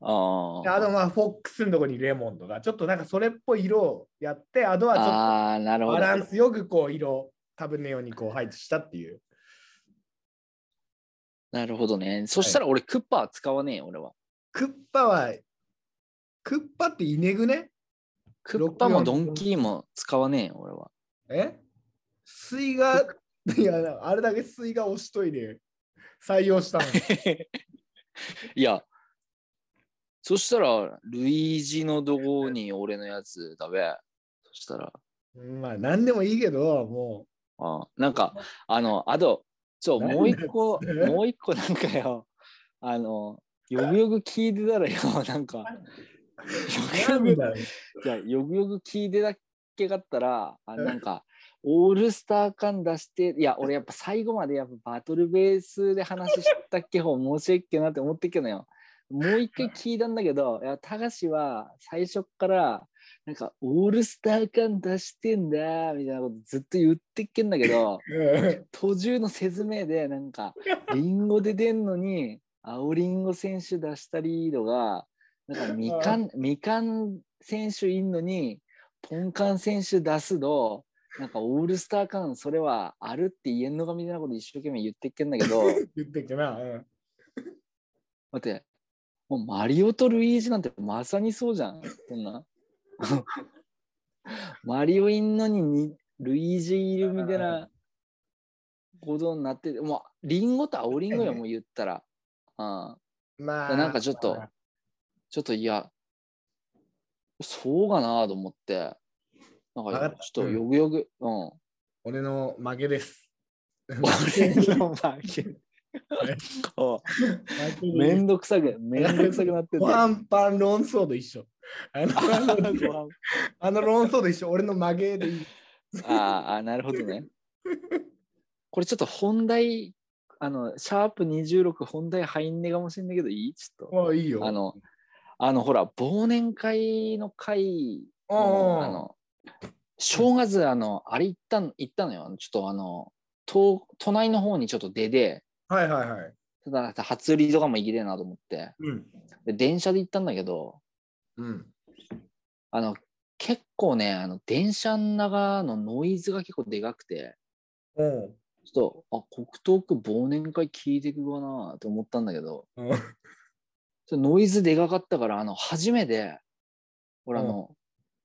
S2: あ
S1: で
S2: ー
S1: あとまあフォックスのとこにレモンとか、ちょっとなんかそれっぽい色をやって、あとはちょっと
S2: あー、なるほ
S1: バ
S2: ど。
S1: ランスよくこう色をタブネオにこう配置したっていう。
S2: なるほどね。そしたら俺、クッパは使わねえよ、俺は。
S1: クッパは、クッパってイネグね
S2: クッパもドンキーも使わねえよ、俺は。
S1: え水が、いや、あれだけ水が押しといて採用したの。
S2: いや、そしたら、ルイージのどこに俺のやつだべ。そしたら、
S1: うんまあ何でもいいけど、も
S2: あなんか、あの、あと、ちょ、
S1: 何
S2: もう一個、
S1: のやつ
S2: もう一個 なんかよ、あの、よくよく聞いてたらよ、なんか、よく
S1: う、な
S2: よ
S1: ん
S2: く
S1: だろう
S2: じゃあよくよく聞いてだけだったら、あなんか、オールスター感出して、いや、俺やっぱ最後までやっぱバトルベースで話したっけ方申し訳っけなって思ってっけどよ。もう一回聞いたんだけど、いや、たがしは最初っから、なんか、オールスター感出してんだ、みたいなことずっと言ってっけんだけど、
S1: うん
S2: 途中の説明でなんかリンゴで出んのに青リンゴ選手出したリードがなんかみかんみかん選手いんのにポンカン選手出すとなんかオールスター感それはあるって言えんのかみたいなこと一生懸命言ってっけんだけど待
S1: 言ってっけな。うん
S2: ってもうマリオとルイージなんてまさにそうじゃんそんな マリオいんのににルイージいるみたいなことになってて、もう、リンゴと青リンゴよ、もう言ったら。うん。
S1: まあ、
S2: なんかちょっと、ちょっといや、そうかなと思って、なん
S1: わか
S2: か
S1: った
S2: ちょっとよくよく、うん。
S1: 俺の負けです。
S2: 俺の負け。 おめんどくさく、めんどくさくなってん
S1: ご
S2: だよ
S1: 飯パン論争と一緒。あの
S2: ご飯
S1: あの論争と一緒。俺の負けでいい。
S2: あーあー、なるほ どね。これちょっと本題、あの、シャープ26本題入んねえかもしんないけど、いいちょっ
S1: もういいよ。
S2: と。あの、あの、ほら、忘年会の会
S1: う
S2: の、あ
S1: んうん、
S2: の、正月、あの、あれ行ったの、行ったのよ。あのちょっとあの、都都内の方にちょっと出で、
S1: はいはいはい。
S2: ただ初売りとかも行きてえなと思って、
S1: うん。
S2: で電車で行ったんだけど、
S1: うん。
S2: あの、結構ね、あの、電車の中のノイズが結構でかくて、
S1: お
S2: ちょっと、あ、黒東区忘年会聞いてくかなって思ったんだけど、
S1: うん。
S2: ちょっとノイズでかかったから、あの、初めて、俺あ
S1: うん
S2: の、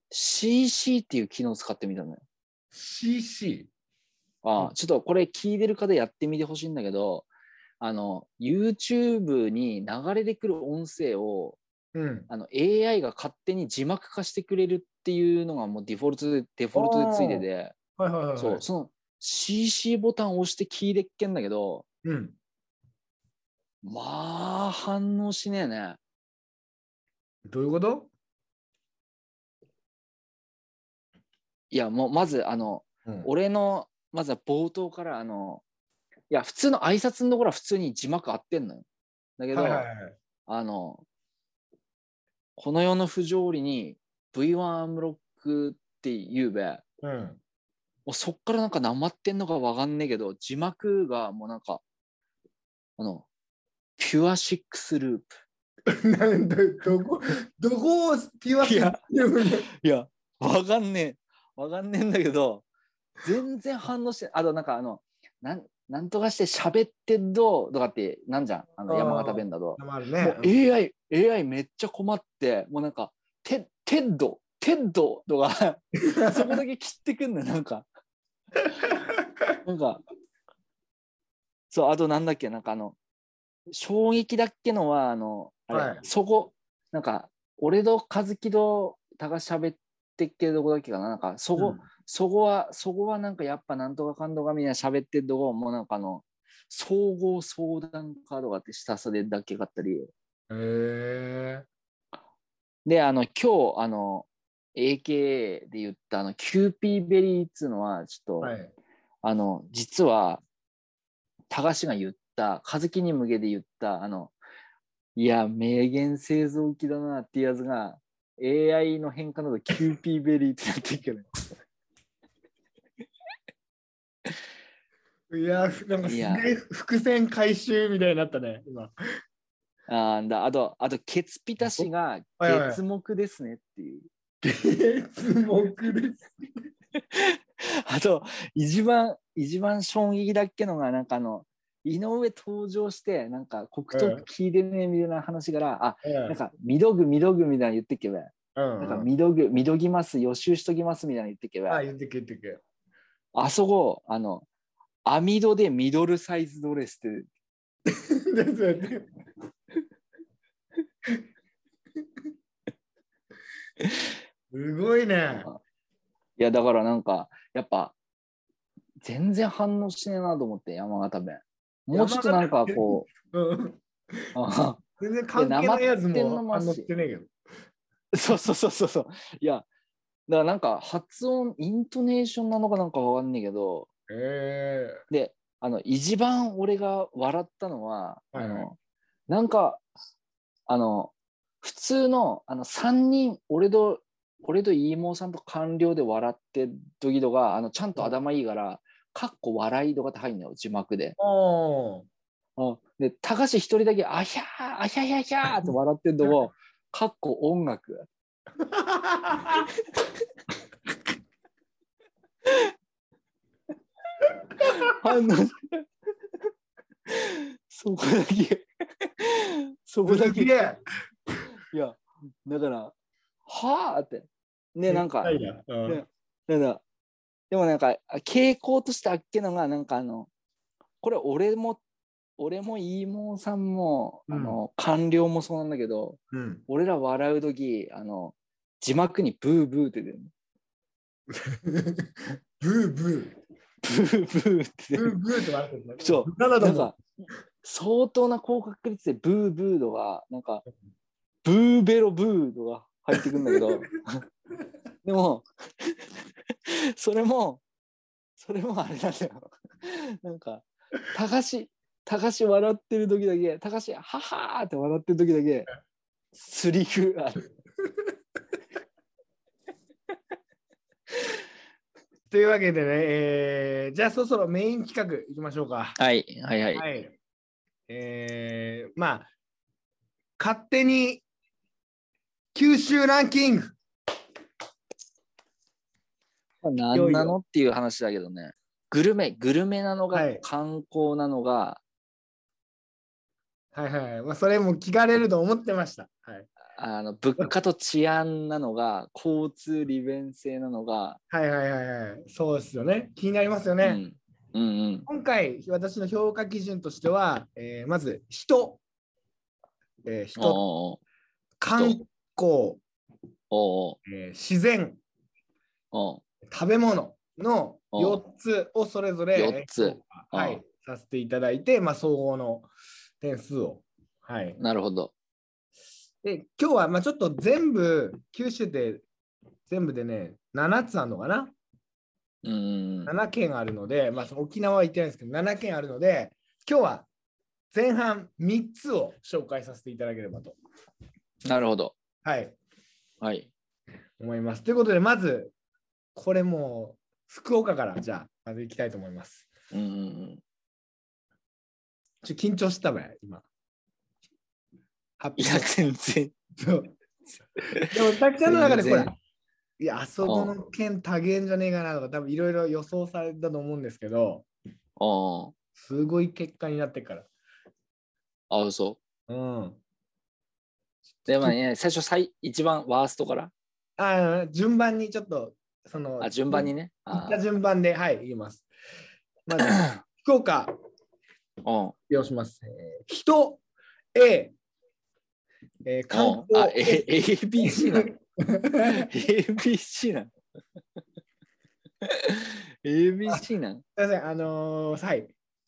S2: CC っていう機能使ってみたのよ。
S1: CC。
S2: あ
S1: う
S2: ちょっとこれ聞いてる方やってみてほしいんだけど、あの、YouTube に流れてくる音声を、
S1: うん。
S2: あの、AI が勝手に字幕化してくれるっていうのがもうデフォルトで、デフォルトでついてて、
S1: はいはいはいはい。
S2: そう、その CC ボタンを押して聞いてっけんだけど、
S1: うん。
S2: まあ、反応しねえね。
S1: どういうこと
S2: いや、もう、まず、あの、
S1: うん
S2: 俺の、まずは冒頭から、あの、いや、普通の挨拶のところは普通に字幕合ってんのよ。だけど、
S1: はいはいはい。
S2: あの、この世の不条理に V1 アームロックって言うべ、も
S1: うん。
S2: うそっからなんかなまってんのかわかんねえけど、字幕がもうなんか、あの、ピュアシックスループ。
S1: なん だどこ、どこをピュアス
S2: いやいや、わかんねえ。わかんねえんだけど、全然反応して、あとなんかあの、なんなんとかして喋ってどうとかってなんじゃん、あの
S1: あー
S2: 山形弁だと。
S1: ある
S2: も
S1: ね
S2: う。AI、AI めっちゃ困って、もうなんか、テテッド、テッドとか、そこだけ切ってくんのよ、なんか。なんか、そう、あとなんだっけ、なんかあの、衝撃だっけのは、あの、あれ、
S1: はい
S2: そこ、なんか、俺と和樹と高しゃべってっけどこだっけかな、なんか、そこ、そこは、そこはなんかやっぱなんとかかんとかみたいな喋ってるとこもうなんかあの、総合相談カードがあって下さでだっけがあったり、
S1: うんへえ。
S2: で、あの、今日、あの、AKA で言ったあの、キューピーベリーっつうのは、ちょっと、
S1: はい。
S2: あの、実は、高橋が言った、和樹に向けて言った、あの、いや、名言製造機だなっていうやつが、AI の変化など、キューピーベリーってなってるけど、
S1: いや、なんかす
S2: い
S1: げ
S2: や
S1: え伏線回収みたいになったね、今。
S2: あーだあと、あと、ケツピタ氏が
S1: はいはい
S2: 月目ですねっていう。
S1: 月目です。
S2: あと、一番、一番衝撃だっけのが、なんかあの、井上登場して、なんか、黒
S1: うん
S2: 糖聞いてねみたいな話から、あ、
S1: うん
S2: なんか、見どぐ、見どぐみたいなの言ってけば、
S1: うん
S2: なんか、
S1: うん
S2: 見どぐ、見どぎます、予習しときますみたいなの言ってけば
S1: あ、、言ってけ言ってけ。
S2: あそこ、あの、網戸でミドルサイズドレスって、
S1: ですよね すごいね。
S2: いや、だからなんか、やっぱ、全然反応しねえなと思って、山形弁。もうちょっとなんかこ
S1: うん
S2: う、 あ
S1: 全然関係ないやつ
S2: いや生ってんの
S1: も
S2: もあ
S1: 反
S2: るし
S1: 応してねえけど。
S2: そうそうそうそうそう。いや、だからなんか発音、イントネーションなのかなんかわかんねえけど、
S1: え
S2: で、あの、一番俺が笑ったのは、
S1: はいはい
S2: あの、なんか、あの、普通の、あの、3人、俺と、俺と飯ーさんと官僚で笑ってる時とか、あの、ちゃんと頭いいから、かっこ笑いとかって入るのよ、字幕で。
S1: ー。おー
S2: あで、高橋一人だけ、あひゃー、あひゃひゃひゃーって笑ってる のを、かっこ音楽。あの、そこだけ、そこだ
S1: す
S2: け、い
S1: げえ。
S2: や、だから、はあって、ね、なんか、
S1: いやうん
S2: ねなんだ、でもなんか、あ傾向としてあっけのが、なんかあの、これ俺も、俺も飯ーさんも、あの、官僚もそうなんだけど、
S1: うん。
S2: 俺ら笑う時あの、字幕にブーブーって出るの
S1: ブーブ
S2: ブーブーって出
S1: ブ
S2: る
S1: ーブーとかあるんだ
S2: そう
S1: なだと
S2: なん
S1: 思う
S2: か相当な高確率でブーブードがなんかブーベロブードが入ってくるんだけど でも それもそれもあれなんだよなんか高し高し笑ってる時だけ高しははーって笑ってる時だけスリフある
S1: というわけでね、えーじゃあそろそろメイン企画いきましょうか。
S2: はいはいはい
S1: はい。えー、まあ、勝手に九州ランキング。
S2: まあ何なのっていう話だけどねグルメグルメなのが、
S1: はい
S2: 観光なのが
S1: はいはいはい。まあ、それも聞かれると思ってました。はい、
S2: あの物価と治安なのが交通利便性なのが、
S1: はい、はいはいはい。そうですよね。気になりますよ
S2: う
S1: ね。
S2: ん、うんうん
S1: 今回、私の評価基準としては、えーまず人、えー人、
S2: おう
S1: 観光、
S2: おう
S1: えー自然、
S2: おう
S1: 食べ物の
S2: うん
S1: 4つをそれぞれ
S2: 四つ
S1: えーは
S2: う
S1: い
S2: ん、
S1: させていただいて、まあ、総合の点数を。はい
S2: おう、なるほど
S1: で今日はまあちょっと全部九州で全部でね7つあるのかな
S2: うんうん
S1: 7県あるので、まあ、その沖縄は行ってないですけど7県あるので今日は前半3つを紹介させていただければと、
S2: なるほど
S1: はい、
S2: はい
S1: 思います。ということでまずこれもう福岡からじゃあまず行きたいと思います。
S2: うんうんうん
S1: ちょ緊張したわよ今。発
S2: いや全然
S1: そう でも、たくさんの中でこ
S2: 全
S1: れ
S2: 然、
S1: いや、あそこの県多言じゃねえかなとか、多分いろいろ予想されたと思うんですけど、
S2: おう
S1: すごい結果になってっから。
S2: あそう
S1: うん。
S2: でもね最初最一番ワーストから
S1: あ順番にちょっと、その、
S2: あ順番にね
S1: 行
S2: あ
S1: った順番で、はい、言います。まず、 福岡、
S2: おう
S1: 利用します。えー人、A、えー、
S2: お
S1: 観
S2: うあ
S1: 光、
S2: え ABC なの ABC なの ABC なの
S1: すいません、あのーはい。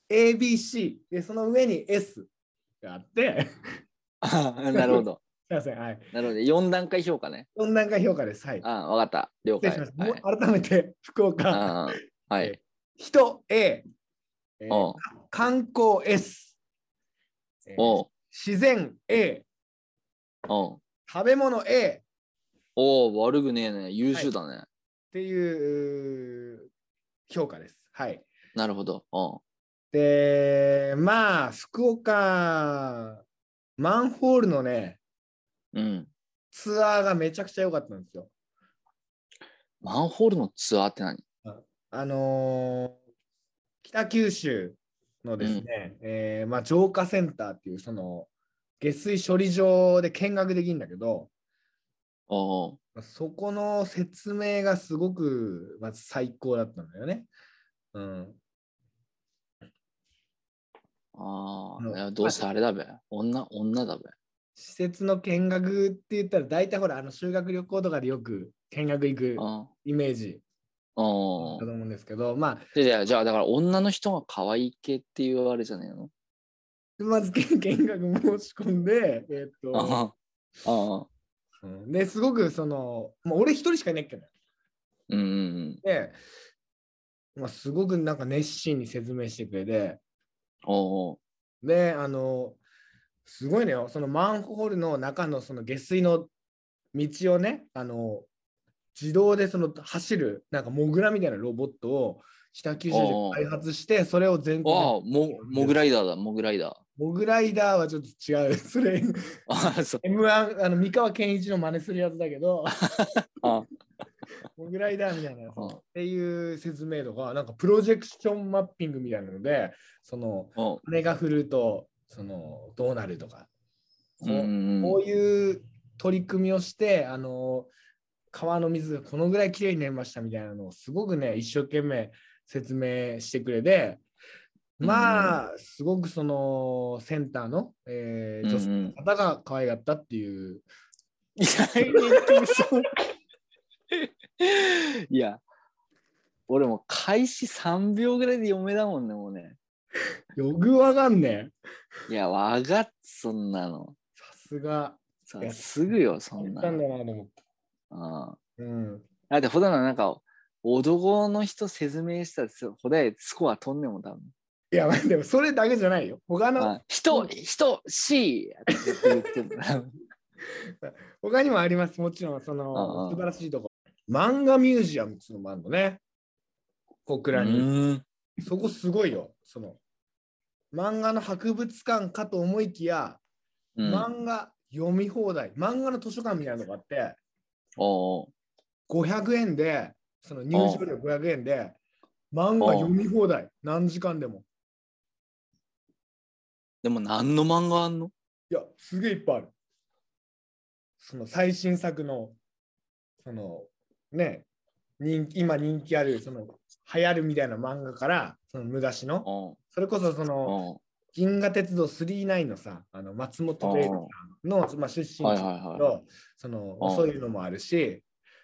S1: ABC、で、その上に S があって、
S2: あなるほど
S1: すいません、はい。
S2: なるほど4段階評価ね
S1: 温暖化評価です。はい。
S2: あわかった了
S1: 失礼
S2: 解
S1: しました。
S2: はい
S1: もう改めて、福岡、
S2: ああはい。
S1: 人 A、えー
S2: おう
S1: 観光 S、えー
S2: おう
S1: 自然 A、
S2: おう
S1: 食べ物 A っ
S2: おう悪くねえね。優秀だね。
S1: ていううー評価です。はい。
S2: なるほど。おう
S1: で、まあ、福岡、マンホールのね、
S2: うん。
S1: ツアーがめちゃくちゃ良かったんですよ。
S2: マンホールのツアーって何
S1: あのー北九州のですね、えーまあ、浄化センターっていうその下水処理場で見学できるんだけど、
S2: おう
S1: まあそこの説明がすごく、まず最高だったんだよね。うん、
S2: あ
S1: うん
S2: あ、いやどうせあれだべ。女、女だべ。
S1: 施設の見学って言ったら大体ほらあの修学旅行とかでよく見学行く
S2: うん。
S1: イメージだと
S2: うん。
S1: 思うんですけど、まあ、
S2: でじゃあ、じゃあ、だから女の人が可愛い系っていうあれじゃねえの
S1: まず見学申し込んで、えーっ
S2: あ
S1: と
S2: あ。あ
S1: う
S2: あ。
S1: んですごくその、まあ、俺一人しかいないっけどね
S2: うんうん。
S1: で、まあ、すごくなんか熱心に説明してくれて、
S2: おう
S1: で、あの、すごいのよ、そのマンホールの中のその下水の道をね、あの、自動でその走る、なんかモグラみたいなロボットを北九州で開発して、それを全
S2: おう。
S1: 国
S2: あ
S1: に
S2: あ、モモグライダーだ、モグライダー。
S1: モグライダーはちょっと違う。 それ、
S2: ああ、そう。
S1: M1、あの三河健一の真似するやつだけど、
S2: あ
S1: モグライダーみたいなやつ。
S2: ああ
S1: っていう説明とか、なんかプロジェクションマッピングみたいなので、その、
S2: おう
S1: 雨が降ると、その、どうなるとか、
S2: うんうん
S1: こういう取り組みをして、あの、川の水がこのぐらいきれいになりましたみたいなのを、すごくね、一生懸命説明してくれて、まあ、すごくその、センターの、え
S2: う
S1: ー
S2: んう
S1: 女性の
S2: ん。
S1: 方が可愛かったっていう、
S2: いや、結局そう。いや、俺もう開始3秒ぐらいで嫁だもんね、もうね。
S1: よぐわかんねえ。
S2: いや、わがっ、そんなの。
S1: さすが。
S2: さ
S1: いや
S2: すぐよ、そん
S1: 言っ
S2: な
S1: たん
S2: の。
S1: だな、でも。
S2: うん
S1: うん。
S2: だって、ほだな、なんか、男の人説明したら、ほだスコア飛んでも多分。
S1: いや、でもそれだけじゃないよ。他の、
S2: あ人、人、C! って絶対言っ てんだ
S1: 他にもあります。もちろん、その
S2: あ、あ
S1: 素晴らしいとこ。漫画ミュージアムっつうのもあるのね。小
S2: う
S1: 倉に。
S2: ーん。
S1: そこすごいよ。その、漫画の博物館かと思いきや、
S2: うん、
S1: 漫画読み放題、漫画の図書館みたいなのがあって、
S2: おう
S1: 500円で、その入場料500円で、漫画読み放題、何時間でも。
S2: でも何の漫画あんの
S1: いや、すげえいっぱいある。その最新作の、その、ね、人気今人気ある、その、流行るみたいな漫画から、その無駄しの、
S2: おう
S1: それこそその、
S2: おう
S1: 銀河鉄道39のさ、あの松本零士さんの、まあ、出身地
S2: はい
S1: だ
S2: はい
S1: け
S2: はい。
S1: ど、その
S2: うん、
S1: そういうのもあるし、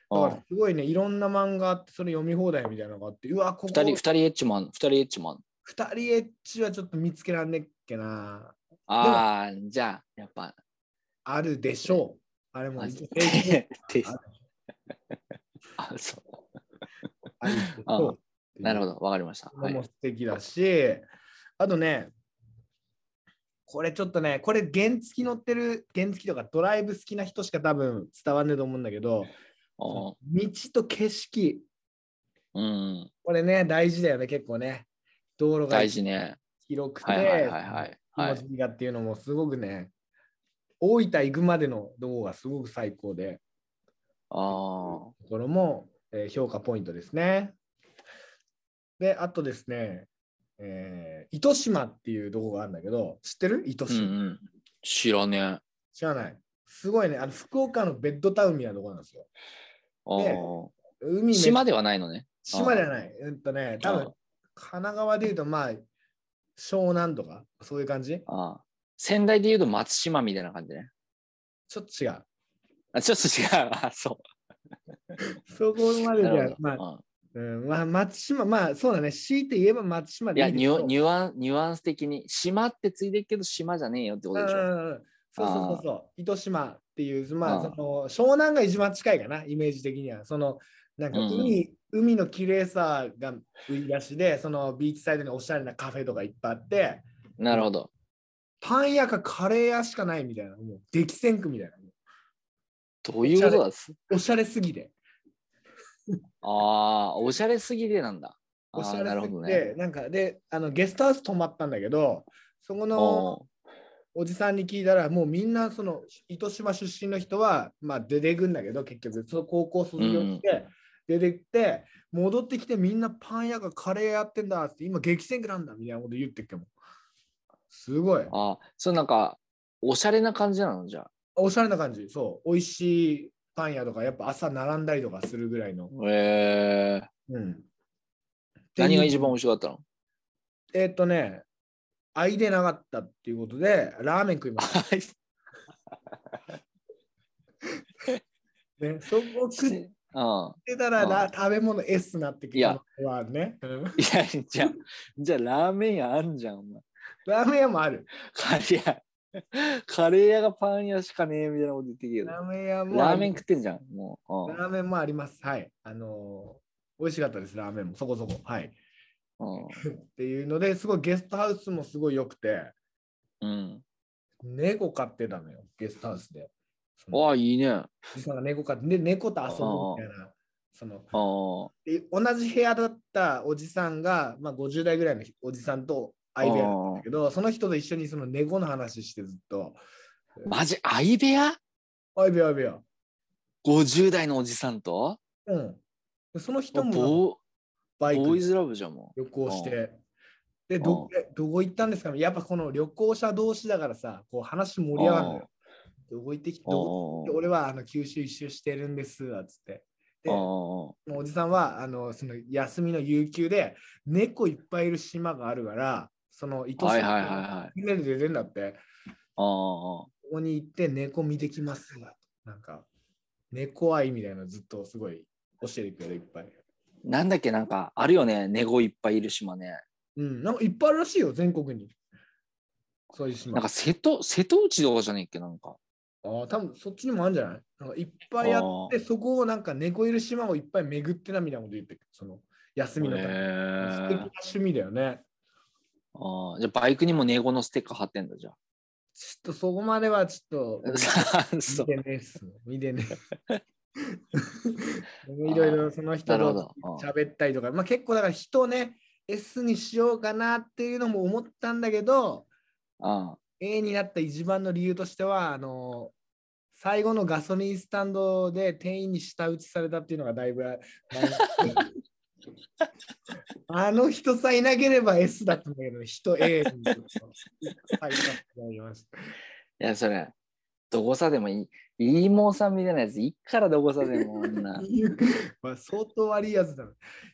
S1: だ
S2: お
S1: か
S2: う
S1: らすごいね、いろんな漫画あって、それ読み放題みたいなのがあって、うわ、ここ、
S2: 二人、二人エッチマン、二人エッチマン。
S1: 二人エッチはちょっと見つけらんねっけな。
S2: ああ、じゃあ、やっぱ。
S1: あるでしょう。あれも
S2: マ
S1: 一
S2: ジ
S1: 応平均
S2: でで
S1: あ
S2: あ、そう。
S1: あるけ
S2: あ
S1: ど。
S2: なるほ
S1: ど。
S2: ど、わかりました。
S1: の
S2: はい
S1: も素敵だし、あとね、これちょっとね、これ原付き乗ってる、原付きとかドライブ好きな人しか多分伝わんねえと思うんだけど、
S2: おう
S1: 道と景色、
S2: うん、
S1: これね、大事だよね、結構ね。道路が
S2: 大事ね。
S1: 広くて、
S2: はいはいはいはい。はい
S1: 気持ちいいがっていうのもすごくね、大分行くまでの動画がすごく最高で、
S2: あ
S1: ところも、えー評価ポイントですね。で、あとですね、えー糸島っていうとこがあるんだけど、知ってる糸
S2: あ、うんう
S1: 島、
S2: ん。知らねえ。あ
S1: 知らない。すごいね、あの福岡のベッドタウンみたいなとこなんですよ。
S2: あ。
S1: 海め
S2: 島ではないのね。
S1: 島じゃない。うんとね、多分神奈川でいうと、まあ、湘南とか、そういう感じ
S2: ああ。仙台で言うと松島みたいな感じね。
S1: ちょっと違う。
S2: あ、ちょっと違う。あ、そ
S1: そこま
S2: う。
S1: でじ
S2: なる
S1: ゃ
S2: ほ、
S1: まあ、
S2: ど。
S1: うん、まあ、松島、まあ、そうだね、強いて言えば松島
S2: うん
S1: で
S2: いや、
S1: いい
S2: ニュアニ
S1: ュ
S2: ュアン、ニュアンス的に、島ってついでるけど、島じゃねえよってことでしょ。
S1: そうそうそうそう、糸島っていう、まあ、
S2: う
S1: そ
S2: ん
S1: の湘南が一番近いかな、イメージ的には。そのなんか
S2: うんうん
S1: 海,、海の綺麗さが売り出しで、そのビーチサイドにおしゃれなカフェとかいっぱいあって、
S2: なるほど。
S1: パン屋かカレー屋しかないみたいな、もう激戦区みたいな。
S2: どういうことだっす
S1: おしゃれすぎて。
S2: ああ、おしゃれすぎでなんだ。あ
S1: おし
S2: あ、
S1: ゃれ
S2: な
S1: す
S2: る
S1: ぎ
S2: ほ
S1: て、
S2: どね。
S1: なんかであの、ゲストハウス泊まったんだけど、そこの
S2: お
S1: おじさんに聞いたら、もうみんなその糸島出身の人は、まあ、出てくんだけど、結局、その高校卒業して、出てって、戻ってきてみんなパン屋がカレーやってんだって、今激戦区なんだみたいなこと言ってっけもん。すごい。
S2: ああ、そうなんか、おしゃれな感じなのじゃあ。
S1: おしゃれな感じ、そう。美味しいパン屋とか、やっぱ朝並んだりとかするぐらいの。
S2: ええ
S1: うん、
S2: 何が一番美味しかったの
S1: えーっとね、空いてなかったっていうことで、ラーメン食いました。 ね、そこ食っ
S2: ああ
S1: てたらラ食べ物 S なってき
S2: いや
S1: たのはね。うん
S2: いや、じゃあ、じゃあラーメン屋あんじゃん、お前。
S1: ラーメン屋もある。
S2: カレー屋、カレー屋がパン屋しかねえみたいなこと言ってきるけど
S1: ラ。ーメン屋もあ
S2: ラー
S1: り
S2: メン食ってんじゃん、もう。
S1: ラーメンもあります。はい。あのー美味しかったです、ラーメンも。そこそこ。はい。
S2: うん。
S1: っていうので、すごいゲストハウスもすごい良くて、
S2: うん。
S1: 猫飼ってたのよ、ゲストハウスで。その
S2: ああ、いいね。あ
S1: おじさんが猫飼って、で猫と遊ぶみたいな。その
S2: あ。
S1: で同じ部屋だったおじさんが、まあ、50代ぐらいのおじさんと相部屋だったんだけど、その人と一緒にその猫の話してずっと、
S2: マジ、相部屋
S1: 相部屋相部屋。
S2: ?50 代のおじさんと
S1: うん。でその人も
S2: ボ
S1: バ
S2: ー
S1: イ
S2: ボー
S1: ク
S2: イ
S1: で
S2: ズラブじゃん、も
S1: 旅行して。で、どこどこ行ったんですかねやっぱこの旅行者同士だからさ、こう話盛
S2: う。
S1: り上がるのよ。どこ行ってきて、
S2: うん
S1: どこで俺はあの九州一周してるんですわ、つって。で、
S2: うん
S1: おじさんはあのその休みの有給で、猫いっぱいいる島があるから、その糸
S2: はいはいはい
S1: 島
S2: はい。
S1: みんなで出てんだって。
S2: あ
S1: ここに行って猫見てきますわ。なんか、猫愛みたいなのずっとすごい教えてくれるいっぱい。
S2: なんだっけ、なんか、あるよね、ネゴいっぱいいる島ね。
S1: うん、なんかいっぱいあるらしいよ、全国に。そういう島。
S2: なん
S1: あ
S2: か、瀬戸、瀬戸内とかじゃねえっけ、なんか。
S1: あー、多分そっちにもあるんじゃないなんかいっぱいあって、そこをなんか猫いる島をいっぱい巡ってなみたいなこと言ってる、その休みのために。素敵な
S2: え
S1: 趣味だよね。
S2: ああ、じゃあバイクにもネゴのステッカー貼ってんだ、じゃ
S1: ちょっとそこまではちょっと
S2: あ。 そ
S1: 見
S2: う。
S1: てねえっす。見てね え。でもいろいろその人
S2: なるほ
S1: と
S2: ど。うん
S1: 喋ったりとか、まあ結構だから人ね、S にしようかなっていうのも思ったんだけど、
S2: あ
S1: A になった一番の理由としては、あの、最後のガソリンスタンドで店員に舌打ちされたっていうのがだいぶマイ ナス。あの人さえいなければ S だったんだけど、人 A に。はいわかりました。
S2: いや、それ、どこさでもいい。いいもんさんみたいなやつ、いっからどこさでも、女
S1: いうまあ相当悪いやつだな。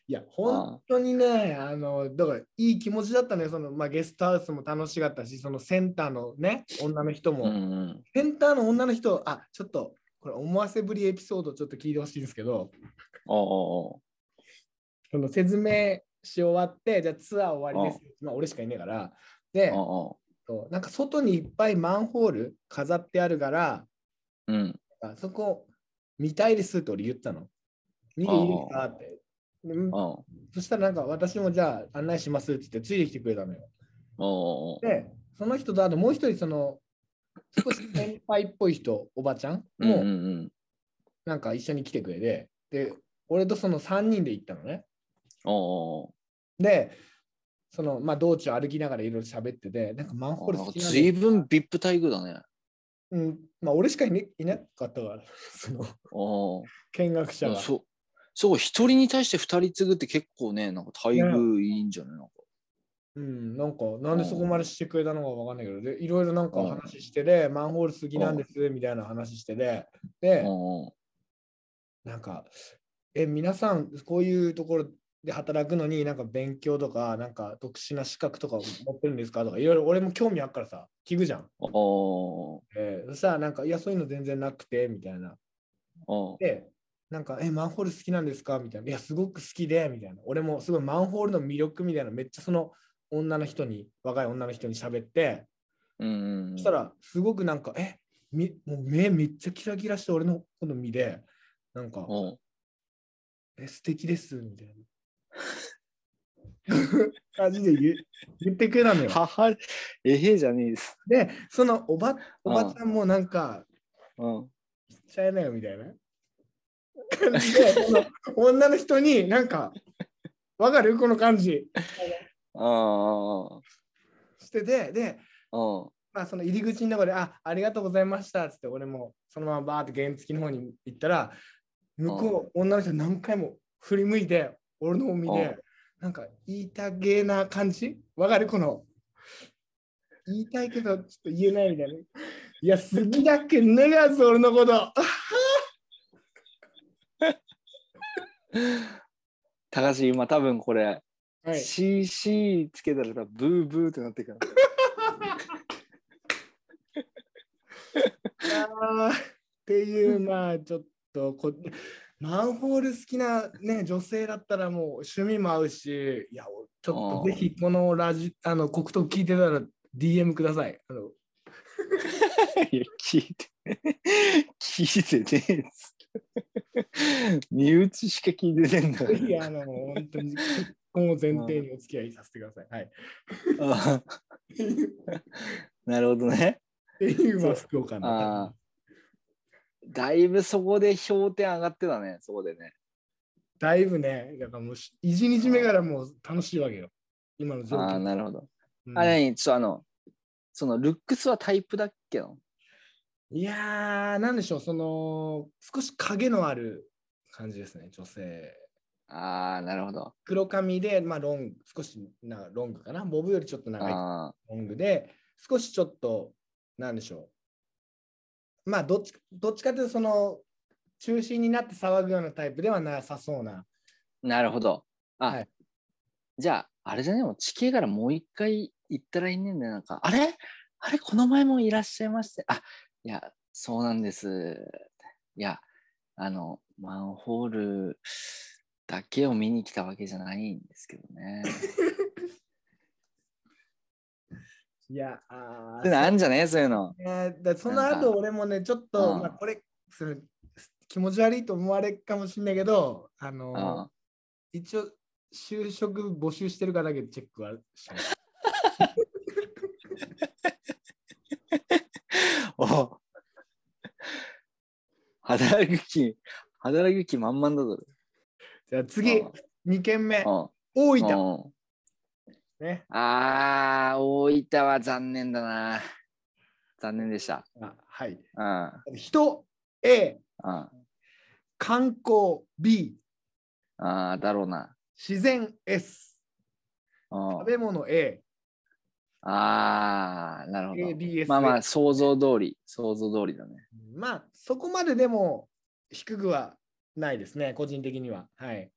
S1: いや、本当にね、あの、だからいい気持ちだったね。その、まあ、ゲストハウスも楽しかったし、そのセンターのね、女の人も。
S2: うんうん。
S1: センターの女の人、あ、ちょっと、これ思わせぶりエピソードちょっと聞いてほしいんですけど、
S2: おうおうおう
S1: その説明し終わって、じゃあツアー終わりです。まあ、俺しかいねえから。で、
S2: おう
S1: そうなんか外にいっぱいマンホール飾ってあるから、
S2: おううん。
S1: あそこ見たいですって俺言ったの。見ていいですかって。でうん
S2: おう
S1: そしたらなんか私もじゃあ案内しますって言ってついてきてくれたのよ。
S2: おうおう
S1: で、その人とあともう一人その少し先輩っぽい人、おばちゃん
S2: うんうん
S1: も
S2: うん。
S1: なんか一緒に来てくれて、で、俺とその3人で行ったのね。
S2: おうおうおう
S1: で、そのまあ道中歩きながらいろいろ喋ってて、なんかマンホール好きなの
S2: ずいぶんビップ待遇だね。
S1: うん、まあ俺しかい,、ね、いなかったから、 その
S2: お
S1: 見学者
S2: お。
S1: が。
S2: そう。そう、一人に対して二人継ぐって結構ね、なんか待遇いいんじゃないなんか。
S1: うん、なんか、なんでそこまでしてくれたのかわかんないけど、で、いろいろなんか話してで、マンホール好きなんですみたいな話してで、で、
S2: おうおう
S1: なんか、え、皆さん、こういうところで働くのに、なんか勉強とか、なんか特殊な資格とか持ってるんですかとか、いろいろ俺も興味あっからさ、聞くじゃん。
S2: おうおう
S1: えーそしたら、なんか、いや、そういうの全然なくて、みたいな。
S2: おう
S1: で、なんか、え、マンホール好きなんですかみたいな。いや、すごく好きで、みたいな。俺もすごいマンホールの魅力みたいな、めっちゃその女の人に、若い女の人に喋って、
S2: うんうんうん。
S1: そしたら、すごくなんか、え、みもう目めっちゃキラキラして、俺の好みで、なんか、
S2: おう
S1: え、素敵です、みたいな。 感じで言う言ってくれたのよ。
S2: 母、えへじゃねえです。
S1: で、そのおばおばちゃんもなんか、
S2: うん。
S1: 言っちゃえなよ、みたいな感じで、その女の人になんか、わかるこの感じ
S2: あ
S1: してて、で、
S2: あ。うん。
S1: まあ、その入り口の中で、あ、ありがとうございましたっつって、俺もそのままバーって原付の方に行ったら、向こう、女の人何回も振り向いて、俺の方見
S2: うん
S1: て、なんか言いたげな感じわかるこの。言いたいけど、ちょっと言えないみたいな。いや、好きだっけねがず、俺のこと。
S2: 高橋、今多分これ、
S1: はい、
S2: CC つけたら多分ブーブーってなってるから。
S1: あーっていう、まあ、ちょっとこ、マンホール好きな、ね、女性だったらもう趣味も合うし、いや、ちょっとぜひこのラジ、あの、国徳聞いてたら DM ください。あ の
S2: いや、聞いて、 聞いてねえっつって。身内しか聞いてねえんだか
S1: ぜひ、あの、本当に結婚を前提にお付き合いさせてください。はい。っ
S2: ら。あ あなるほどね。
S1: ていう、まあ、福岡
S2: あ
S1: の
S2: あ。だいぶそこで評点上がってたね、そこでね。
S1: だいぶね、だからもう、1日目からもう楽しいわけよ。今の状
S2: ああ、
S1: 況。
S2: なるほど。
S1: うん
S2: あれ、ちょっとあの、そのルックスはタイプだっけの
S1: いやー、なんでしょう、その、少し影のある感じですね、女性。
S2: ああ、なるほど。
S1: 黒髪で、まあ、ロング、少しなロングかな、ボブよりちょっと長い
S2: あ
S1: ロングで、少しちょっと、なんでしょう。まあ、どっちどっちかというと、その、中心になって騒ぐようなタイプではなさそうな。
S2: あ、なるほど。あ、
S1: はい
S2: じゃあ、あれじゃねもう地形からもう一回行ったらいいねんだよ。なんか、あれあれこの前もいらっしゃいまして。あ、いや、そうなんです。いや、あの、マンホール、だけを見に来たわけじゃないんですけどね。
S1: いや、 あー
S2: なんじゃねそういうの。
S1: ね、だその
S2: なんか
S1: 後俺もね、ちょっと、
S2: うん
S1: まあ、これそれ気持ち悪いと思われるかもしれないけど、あ
S2: う
S1: の
S2: ん、あ
S1: 一応、就職募集してるかだけチェックはします。
S2: 働く気、働く気満々だぞ。
S1: じゃあ次、
S2: うん
S1: 2件目、
S2: うん
S1: 大
S2: う
S1: 分。
S2: ん
S1: ね、
S2: ああ、大分は残念だな。残念でした。
S1: あはい。
S2: うん。うん。
S1: 人 A、
S2: あ
S1: 観光 B、
S2: あー、だろうな。
S1: 自然 S、
S2: うん
S1: 食、べ物 A、
S2: ああ、なるほど。
S1: ADS。
S2: まあまあ、想像通り、想像通りだね。
S1: まあ、そこまででも低くはないですね、個人的には。はい。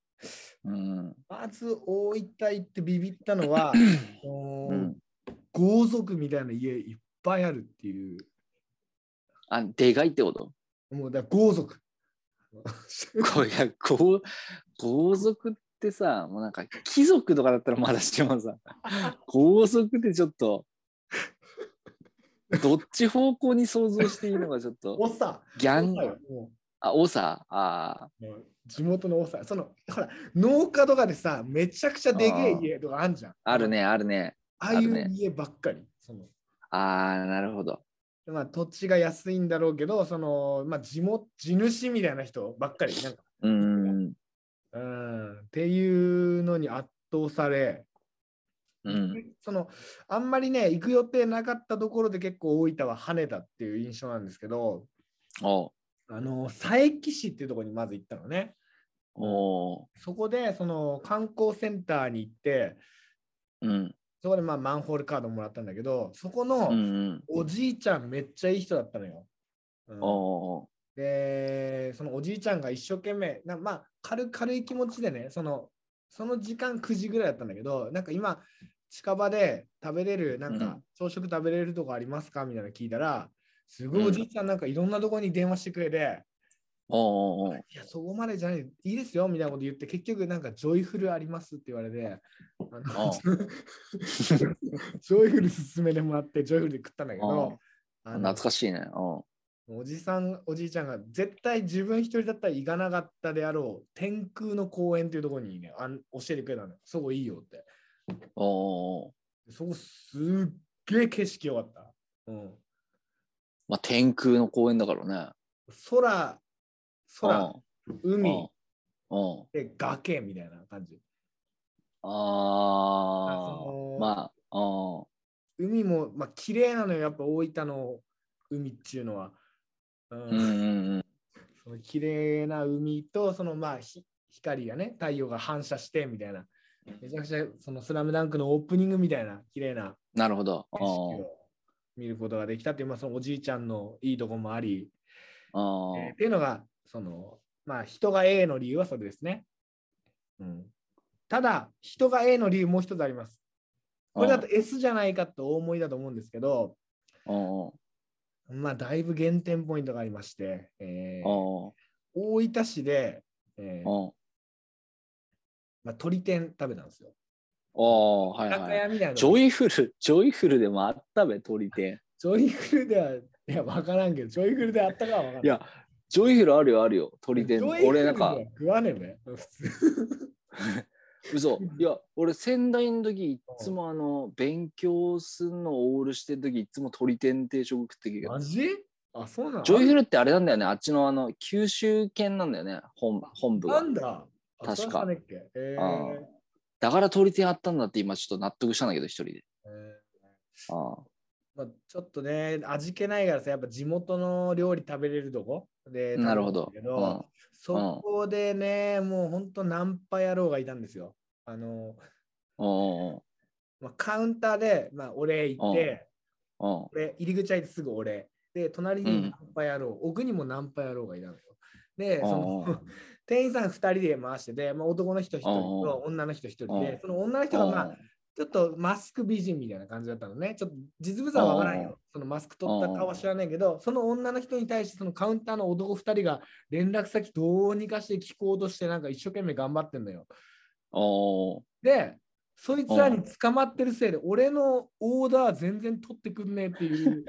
S2: うん。
S1: まず大分行ってビビったの は、あのー
S2: うん、
S1: 豪族みたいな家いっぱいあるっていう、
S2: あ、でかいってこと
S1: もうだから豪族。
S2: こういや、こう、豪族ってさ、もうなんか貴族とかだったらまだして もさ、豪族ってちょっと、どっち方向に想像していいのかちょっと、
S1: おさ、
S2: ギャン
S1: おさ、よも
S2: あ、おさ、あ
S1: うもう地元のおさ、その、ほら、農家とかでさ、めちゃくちゃでけえ家とかあんじゃん。
S2: あ、ある。ね、あるね。
S1: ああい
S2: ある
S1: う
S2: ね
S1: 家ばっかり。その
S2: ああ、なるほど。
S1: まあ、土地が安いんだろうけど、その、まあ、地元地主みたいな人ばっかり。なんか
S2: うん、
S1: うんっていうのに圧倒され、
S2: うん、
S1: そのあんまりね行く予定なかったところで結構大分は跳ねたっていう印象なんですけど
S2: おう
S1: あの佐伯市っていうところにまず行ったのね
S2: お
S1: そこでその観光センターに行って
S2: う、うん、
S1: そこでまあマンホールカードもらったんだけどそこ
S2: う
S1: の
S2: ん、
S1: おじいちゃんめっちゃいい人だったのよ。うん
S2: おう、
S1: でそのおじいちゃんが一生懸命なまあ軽軽い気持ちでねそのその時間9時ぐらいだったんだけどなんか今近場で食べれるなん
S2: う
S1: か
S2: ん
S1: 朝食食べれるとこありますかみたいなの聞いたらすごいおじいちゃんなんかいろんなとこに電話してくれて、
S2: おう、おう、
S1: いやそこまでじゃないいいですよみたいなこと言って結局なんかジョイフルありますって言われてあの ジョイフル勧めてもらってジョイフルで食ったんだけどあの
S2: 懐かしいね。お
S1: おじさん、おじいちゃんが絶対自分一人だったら行かなかったであろう天空の公園っていうところにねあん、教えてくれたのよ。そこいいよって。
S2: お、おう、
S1: そこすっげえ景色良かった。うん、
S2: まあ、天空の公園だからね。
S1: 空、空、海
S2: うん。うん。
S1: で崖みたいな感じ。
S2: あ
S1: その
S2: あ。まあ、うん。
S1: 海も、まあ綺麗なのよ、やっぱ大分の海っていうのは。うん
S2: うんうんうん。
S1: その綺麗な海とそのまあひ光がね太陽が反射してみたいなめちゃくちゃそのスラムダンクのオープニングみたいな綺麗な
S2: なるほど。
S1: 景色を見ることができたっていう、まあ、そのおじいちゃんのいいとこもあり、
S2: うん。
S1: え
S2: う
S1: ー
S2: ん
S1: っていうのがそのまあ人が A の理由はそれですね、うん、ただ人が A の理由もう一つありますこれだと S じゃないかとお思いだと思うんですけど
S2: うん
S1: まあだいぶ減点ポイントがありまして、えー
S2: うん
S1: 大分市で、えー
S2: うん。
S1: まあ、鳥天食べたんですよ。
S2: おーはい
S1: 居酒
S2: はい。
S1: 屋みたいな。
S2: ジョイフル、ジョイフルでもあったべ、鳥 天。
S1: ジョイフルでは、いや、わからんけど、ジョイフルであったかはわからん。
S2: いや、ジョイフルあるよ、あるよ、鳥
S1: ジョイ
S2: 天
S1: フ。ルで
S2: 俺なんか、
S1: 食わねえべ、普通。
S2: 嘘。いや、俺仙台の時、いつもあの、勉強すんのオールしてる時、いつも鳥天定食食ってきて
S1: マジあ、そうなの
S2: ジョイフルってあれなんだよね、あっちのあの、九州圏なんだよね、本本部
S1: な
S2: が。
S1: んだあ
S2: 確
S1: そ
S2: か
S1: うだったねっけえー
S2: あーだから鳥天あったんだって今ちょっと納得したんだけど、一人で。
S1: えー
S2: あ
S1: まあ、ちょっとね、味気ないからさ、やっぱ地元の料理食べれるとこで
S2: あ、なるほど
S1: 食。べ
S2: う
S1: るんだけどそこでね、もう本当ナンパ野郎がいたんですよ。あの、
S2: んうん
S1: まあ、カウンターで、まあ、お礼言って、
S2: うんうん
S1: 俺、入り口入ってすぐ俺。で、隣
S2: うん
S1: にナンパ野郎、奥にもナンパ野郎がいたのよ。で、そ
S2: うんうん
S1: の店員さん2人で回してて、まあ、男の人1人
S2: うんうん
S1: と女の人1人
S2: う
S1: で
S2: ん、
S1: その女の人がまあちょっとマスク美人みたいな感じだったのね。ちょっと実物はわからん
S2: あー
S1: よ。そのマスク取った顔は知らないけど、その女の人に対してそのカウンターの男2人が連絡先どうにかして聞こうとしてなんか一生懸命頑張ってんのよ。
S2: おー
S1: で、そいつらに捕まってるせいで俺のオーダー全然取ってくんねえっていう。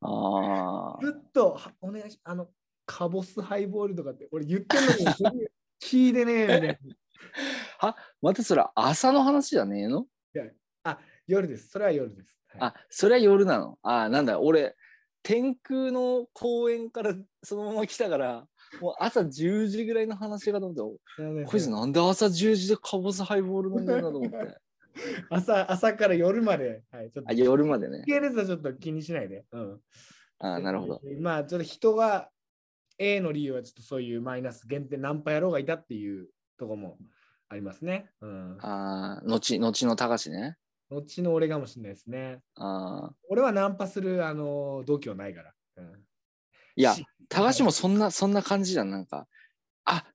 S2: あー
S1: ずっとはお願いしあのカボスハイボールとかって俺言ってんのに全然聞いてねえみたいな。
S2: またそれは朝の話じゃねえの
S1: 夜です。それは夜です。はい
S2: あそれは夜なのあーなんだ俺天空の公園からそのまま来たからもう朝10時ぐらいの話がと思ってこいつなんで朝10時でカボスハイボール飲んでんだと思って
S1: 朝朝から夜まで。はい、ちょっと
S2: あ夜までね
S1: 系列はちょっと気にしないで。うん、
S2: あーな るほど。
S1: まあ、ちょっと人が A の理由はちょっとそういうマイナス限定ナンパ野郎がいたっていうとこもありますね。うん、
S2: ああ、後、後の高しね。
S1: 後の俺かもしれないですね。
S2: ああ。
S1: 俺はナンパするあの度胸ないから。うん、
S2: いや
S1: し、
S2: 高しもそんな、そんな感じじゃん。なんか、あ、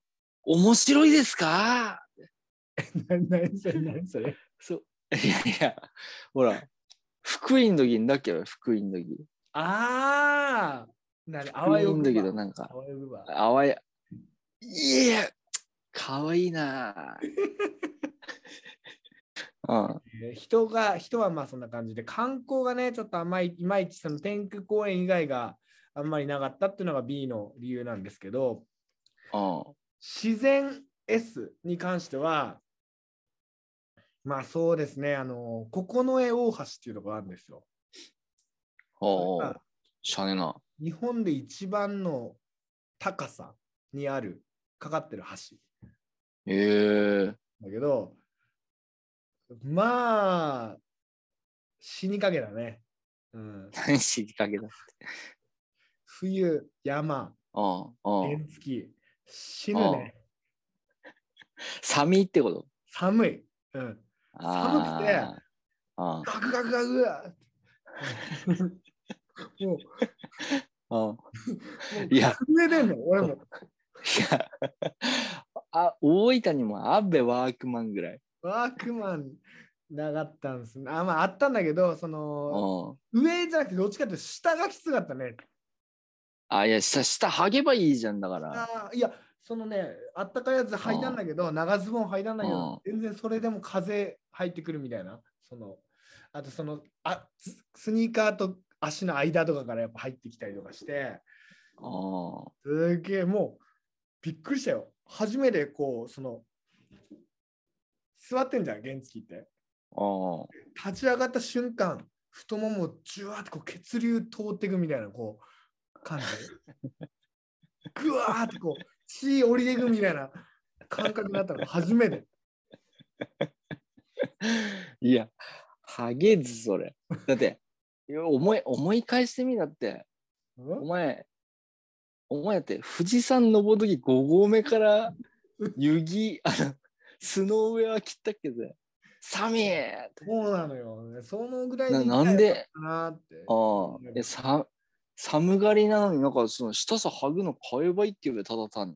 S2: 面白いですか
S1: 何何それ何それ
S2: そう。いやいや、ほら、福音の時にだっけ福音の時。
S1: ああなに、あ
S2: 福
S1: わよ
S2: 音の
S1: く
S2: 時
S1: ば
S2: の。なんか
S1: あ、わよくば。
S2: あわや、いや、かわいい なあ。
S1: ね人が人はまあそんな感じで観光がねちょっとあんまりいまいちその天空公園以外があんまりなかったっていうのが B の理由なんですけど
S2: うん。うん。
S1: 自然 S に関してはまあそうですねあの九重大橋っていうところあるんですよ。
S2: お
S1: それ
S2: ー
S1: が
S2: しゃねえな。
S1: 日本で一番の高さにあるかかってる橋
S2: ええ
S1: だけどまあ死にかけだね。うん、
S2: 何しきっかけだ。
S1: 冬山
S2: うん。うん。
S1: 原付死ぬね。
S2: 寒いってこと
S1: 寒い。うん。寒くて
S2: あーあー。
S1: ガクガクガクガク。もう、も
S2: う
S1: う
S2: んいや
S1: 震えてんの、俺も。
S2: いや あ大分にもアベワークマンぐらい。
S1: ワークマンなかったんですね。あ、まあ、あったんだけど、そうの、
S2: ん、
S1: 上じゃなくて、どっちかっていうと下がきつかったね。
S2: あいや下下はげばいいじゃんだから。
S1: あーいや、そのね、あったかいやつ履いたんだけど、長ズボン履いたんだけど、全然それでも風入ってくるみたいな。その、あとその、あススニーカーと足の間とかからやっぱ入ってきたりとかして。
S2: うん
S1: すげえ、もうびっくりしたよ。初めてこう、その、座ってんじゃん、原付って。
S2: うん
S1: 立ち上がった瞬間、太ももをじゅわってこう血流通っていくみたいな、こう、 感じ。ぐわーってこう、血降りていくみたいな感覚になったの、初めて。
S2: いやはげずそれ。だっていや思い思い返してみだってお前お前だって富士山登る時5合目から湯木あのスノーウェア切ったっけぜ。寒いって
S1: そうなのよ、ね。そのぐらい
S2: な
S1: で
S2: なんで
S1: かなって。
S2: ああ、え、さ、寒がりなのになんかその下さはぐの買えばいいって言うよ、ただ単に。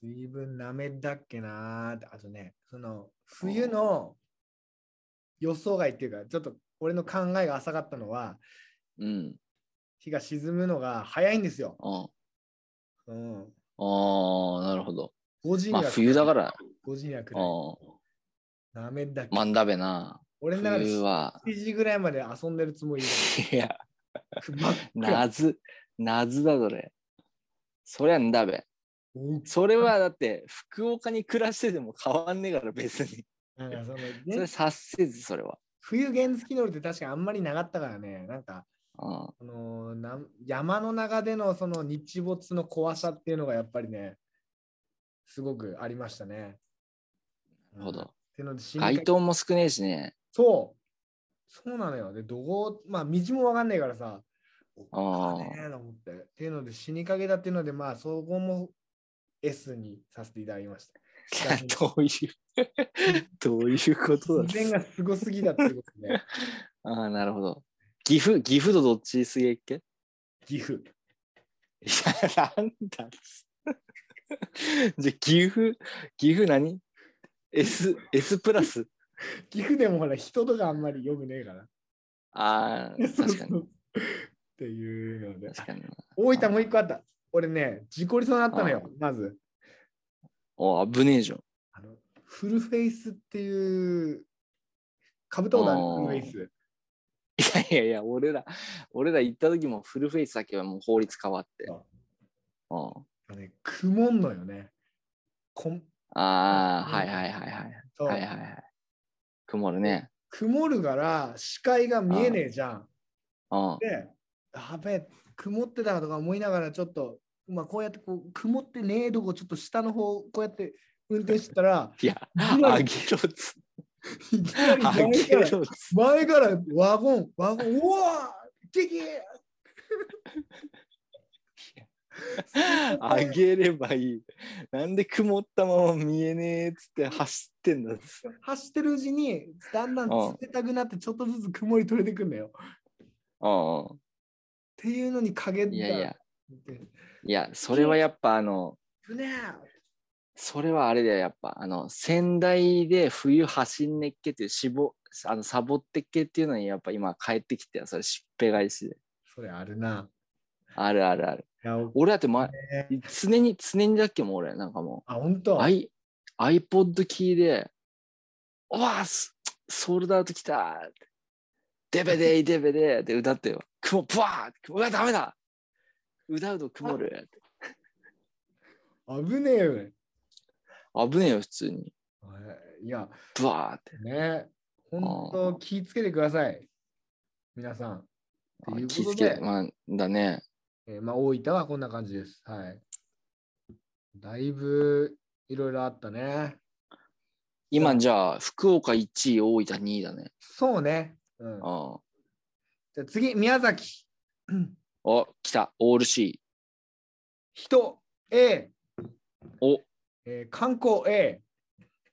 S1: 水分なめだっけなーってあとねその冬の予想外っていうかちょっと俺の考えが浅かったのは
S2: うん。
S1: 日が沈むのが早いんですよ、
S2: あ
S1: うん、
S2: あ、なるほど。
S1: 5時に
S2: ま
S1: は
S2: あ冬だから、
S1: 5時には来
S2: う
S1: る
S2: ん。
S1: なめだっけ、
S2: まんだべな。
S1: 俺の中で
S2: 冬は。
S1: 7時ぐらいまで遊んでるつ もり
S2: いや、
S1: 真っ暗
S2: 謎、謎だそれ。そりゃんだべ。
S1: うん
S2: それはだって、福岡に暮らしてても変わんねえから別に。
S1: なんかその
S2: それ
S1: ね
S2: 察せず、それは。
S1: 冬原付乗るって確かあんまりなかったからねなんか
S2: うん。
S1: あのーなん山の中でのその日没の怖さっていうのがやっぱりね、すごくありましたね。
S2: な
S1: う
S2: るほ
S1: んっ
S2: ど。
S1: ていうので深海
S2: 街灯も少ねえしね。
S1: そう。そうなのよ。で、どこ、まあ、道もわかんないからさ、
S2: あー
S1: おっかねえと思って。っていうので、死にかけだっていうので、まあ、そこも S にさせていただきました。
S2: いや どういう、どういうことだ
S1: 自然がすごすぎだっていうこと で、
S2: ああ、なるほど。岐阜、岐阜とどっちすげえっけい
S1: 岐 阜。
S2: や、なんだっつじゃあ、岐阜、岐阜何 S、S プラス
S1: 岐阜でもほら、人とかあんまりよくねえから。
S2: ああ、 確かに。
S1: っていうので。
S2: 確かに。
S1: 大分もう一個あった。俺ね、事故りそうになったの
S2: あ
S1: よ、まず。
S2: お危ねえじゃん。
S1: あのフルフェイスっていう、かぶったことあるフルフェイス。
S2: いやいやいや、俺ら、俺ら行った時もフルフェイスだけはもう法律変わって。
S1: あ
S2: うん
S1: あのね、曇んのよね。こん
S2: ああ、
S1: うん
S2: はいはいはいはい。
S1: そう
S2: はいはいはい。曇るね。
S1: 曇るから視界が見えねえじゃん。
S2: うん。
S1: で、やべえ、曇ってたとか思いながらちょっと、まあ、こうやってこう曇ってねえとこちょっと下の方こうやって運転してたら
S2: いや、
S1: い
S2: あ
S1: き
S2: げ
S1: な
S2: ろ
S1: り
S2: つ。
S1: いきなり
S2: あ
S1: 前
S2: げ
S1: か
S2: ろ
S1: ら
S2: つ。
S1: 前からワゴンワゴンうわー敵
S2: あげればいい。なんで曇ったまま見えねえっつって走ってんだっつ
S1: 走ってるうちにだんだん冷たくなってちょっとずつ曇り取れてくんだよ。っ
S2: うんう
S1: ていうのに陰
S2: ん。
S1: だ
S2: いやいや、いや、それはやっぱあの、
S1: ぶねー
S2: それはあれだよ、やっぱ。あの、仙台で冬走んねっけっていう、しぼ、あの、サボってっけっていうのに、やっぱ今帰ってきてよ、それしっぺ返しで。
S1: それあるな。
S2: あるあるある。
S1: いやお
S2: 俺だって前、
S1: ね
S2: 常に、常にだっけもう俺、なんかもう。
S1: あ、本当。
S2: アイ iPod キーで、おわすソールドアウト来たデ ベデイデベデイって歌ってよ。雲、ぷわーうわ、ダメだ歌うと曇る。
S1: 危ねえよね。
S2: 危ねえよ、普通に。
S1: いや、
S2: ぶわーって。
S1: ね、本当気ぃつけてください。皆さん。
S2: あ
S1: ということ
S2: 気
S1: で
S2: ぃつけて、まあ、だね。
S1: えーまあ、大分はこんな感じです。はい。だいぶいろいろあったね。
S2: 今、じゃあ、福岡1位、大分2位だね。
S1: そうね。うん、
S2: あ
S1: じゃあ次、宮崎。うん
S2: お、来た、オール C。
S1: 人 A、
S2: お、
S1: えー観光 A、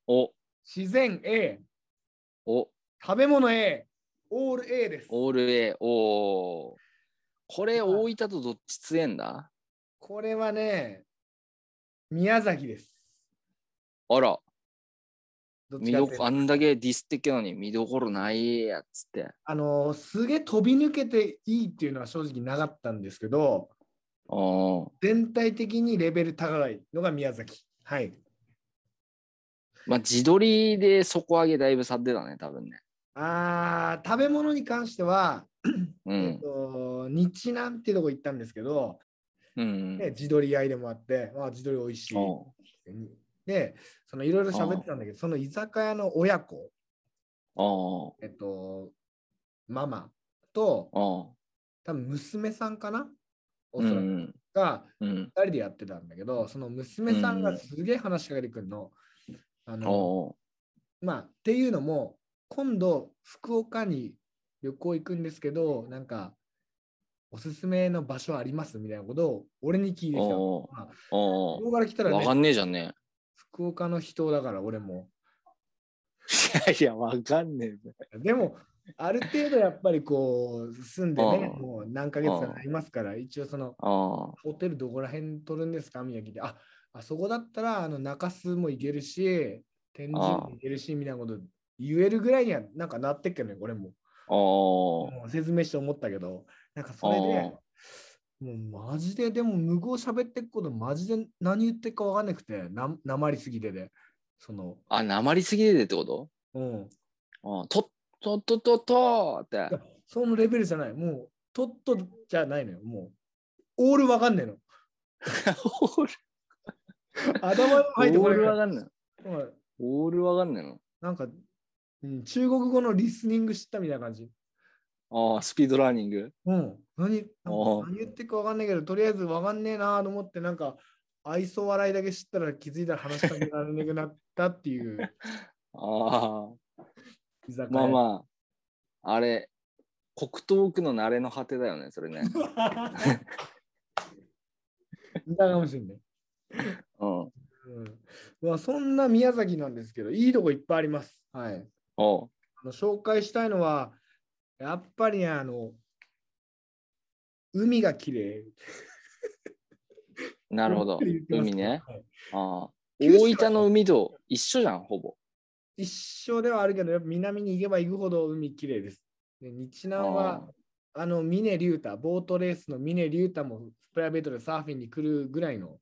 S2: お、
S1: 自然 A、
S2: お、
S1: 食べ物 A、オール A です。
S2: オール A、おーこれ、
S1: まあ
S2: 大分とどっち強えんだ
S1: これはね、宮崎です。
S2: あら。
S1: どっ
S2: 見
S1: ちか
S2: ど
S1: っていうと
S2: あんだけディスってっけのに見どころないやっつって。
S1: あのーすげえ飛び抜けていいっていうのは正直なかったんですけど、
S2: お
S1: 全体的にレベル高いのが宮崎。はい。
S2: まあ自撮りで底上げだいぶ差出たね多分ね。
S1: あー食べ物に関しては、
S2: う
S1: えっ
S2: ん。
S1: と、日南ってとこ行ったんですけど、
S2: うん
S1: ね、地鶏屋でもあって、まあ、地鶏美味しい。
S2: おう
S1: で、そのいろいろ喋ってたんだけど、その居酒屋の親子、
S2: おう
S1: えっと、ママと、
S2: おう
S1: 多分娘さんかなお
S2: う
S1: そらく
S2: ん
S1: が、
S2: うんうん
S1: 2人でやってたんだけど、その娘さんがすげえ話しかけてくるの。あの
S2: おう
S1: まあ、っていうのも、今度、福岡に旅行行くんですけど、なんか、おすすめの場所ありますみたいなことを俺に聞いてきたの。
S2: おう
S1: まあ
S2: お
S1: 福岡から来た
S2: う
S1: ら
S2: わか
S1: ね、
S2: んねえじゃんね。
S1: 福岡の人だから俺も。
S2: いやいやわかんねえぜ。
S1: でも、ある程度やっぱりこう、住んでね、
S2: うん
S1: もう何ヶ月かなりますから、一応その、
S2: お
S1: ホテルどこら辺取るんですか宮城で。あ、あそこだったら、あの、中洲も行けるし、天神も行けるし、みたいなこと言えるぐらいにはなんかなってっけどね、俺も。
S2: うおう
S1: もう説明して思ったけど、なんかそれで、もうマジで、でも向こう喋ってくこと、マジで何言ってるか分かんなくて、ななまりすぎてで、その、
S2: あなまりすぎててってこと
S1: うん。
S2: おうとっとっとっとっとって
S1: いや。そのレベルじゃない、もう、とっとじゃないのよ、もう、オール分かん ねえの。
S2: オール
S1: 頭にも
S2: オ
S1: 入ってこ
S2: ー
S1: れ
S2: ル
S1: から
S2: わかんない。
S1: うん
S2: オールわかんないの。
S1: なんか、うん、中国語のリスニング知ったみたいな感じ。
S2: ああスピードラーニング。
S1: うん、何なんか
S2: おう
S1: 何言ってるか分かんないけど、とりあえず分かんねえなと思って、なんか、愛想笑いだけ知ったら気づいたら話しかけられなくなったって いう
S2: ああ。
S1: 居酒屋。
S2: まあまあ、あれ、黒糖区の慣れの果てだよね、そ れね。
S1: あ。見たかもしれない。
S2: うん。
S1: うんまあ、そんな宮崎なんですけど、いいとこいっぱいあります。はい。
S2: おう
S1: あの紹介したいのは、やっぱりね、あの、海が綺麗。
S2: なるほ
S1: ゆっ
S2: ど。
S1: くり言ってます
S2: 海ね。
S1: はい
S2: ああ
S1: 九州
S2: 大分の海と一緒じゃん、ほぼ。
S1: 一生ではあるけど、やっぱ南に行けば行くほど海きれいです。で日南は、あの、峰竜太、ボートレースの峰竜太もプライベートでサーフィンに来るぐらいの。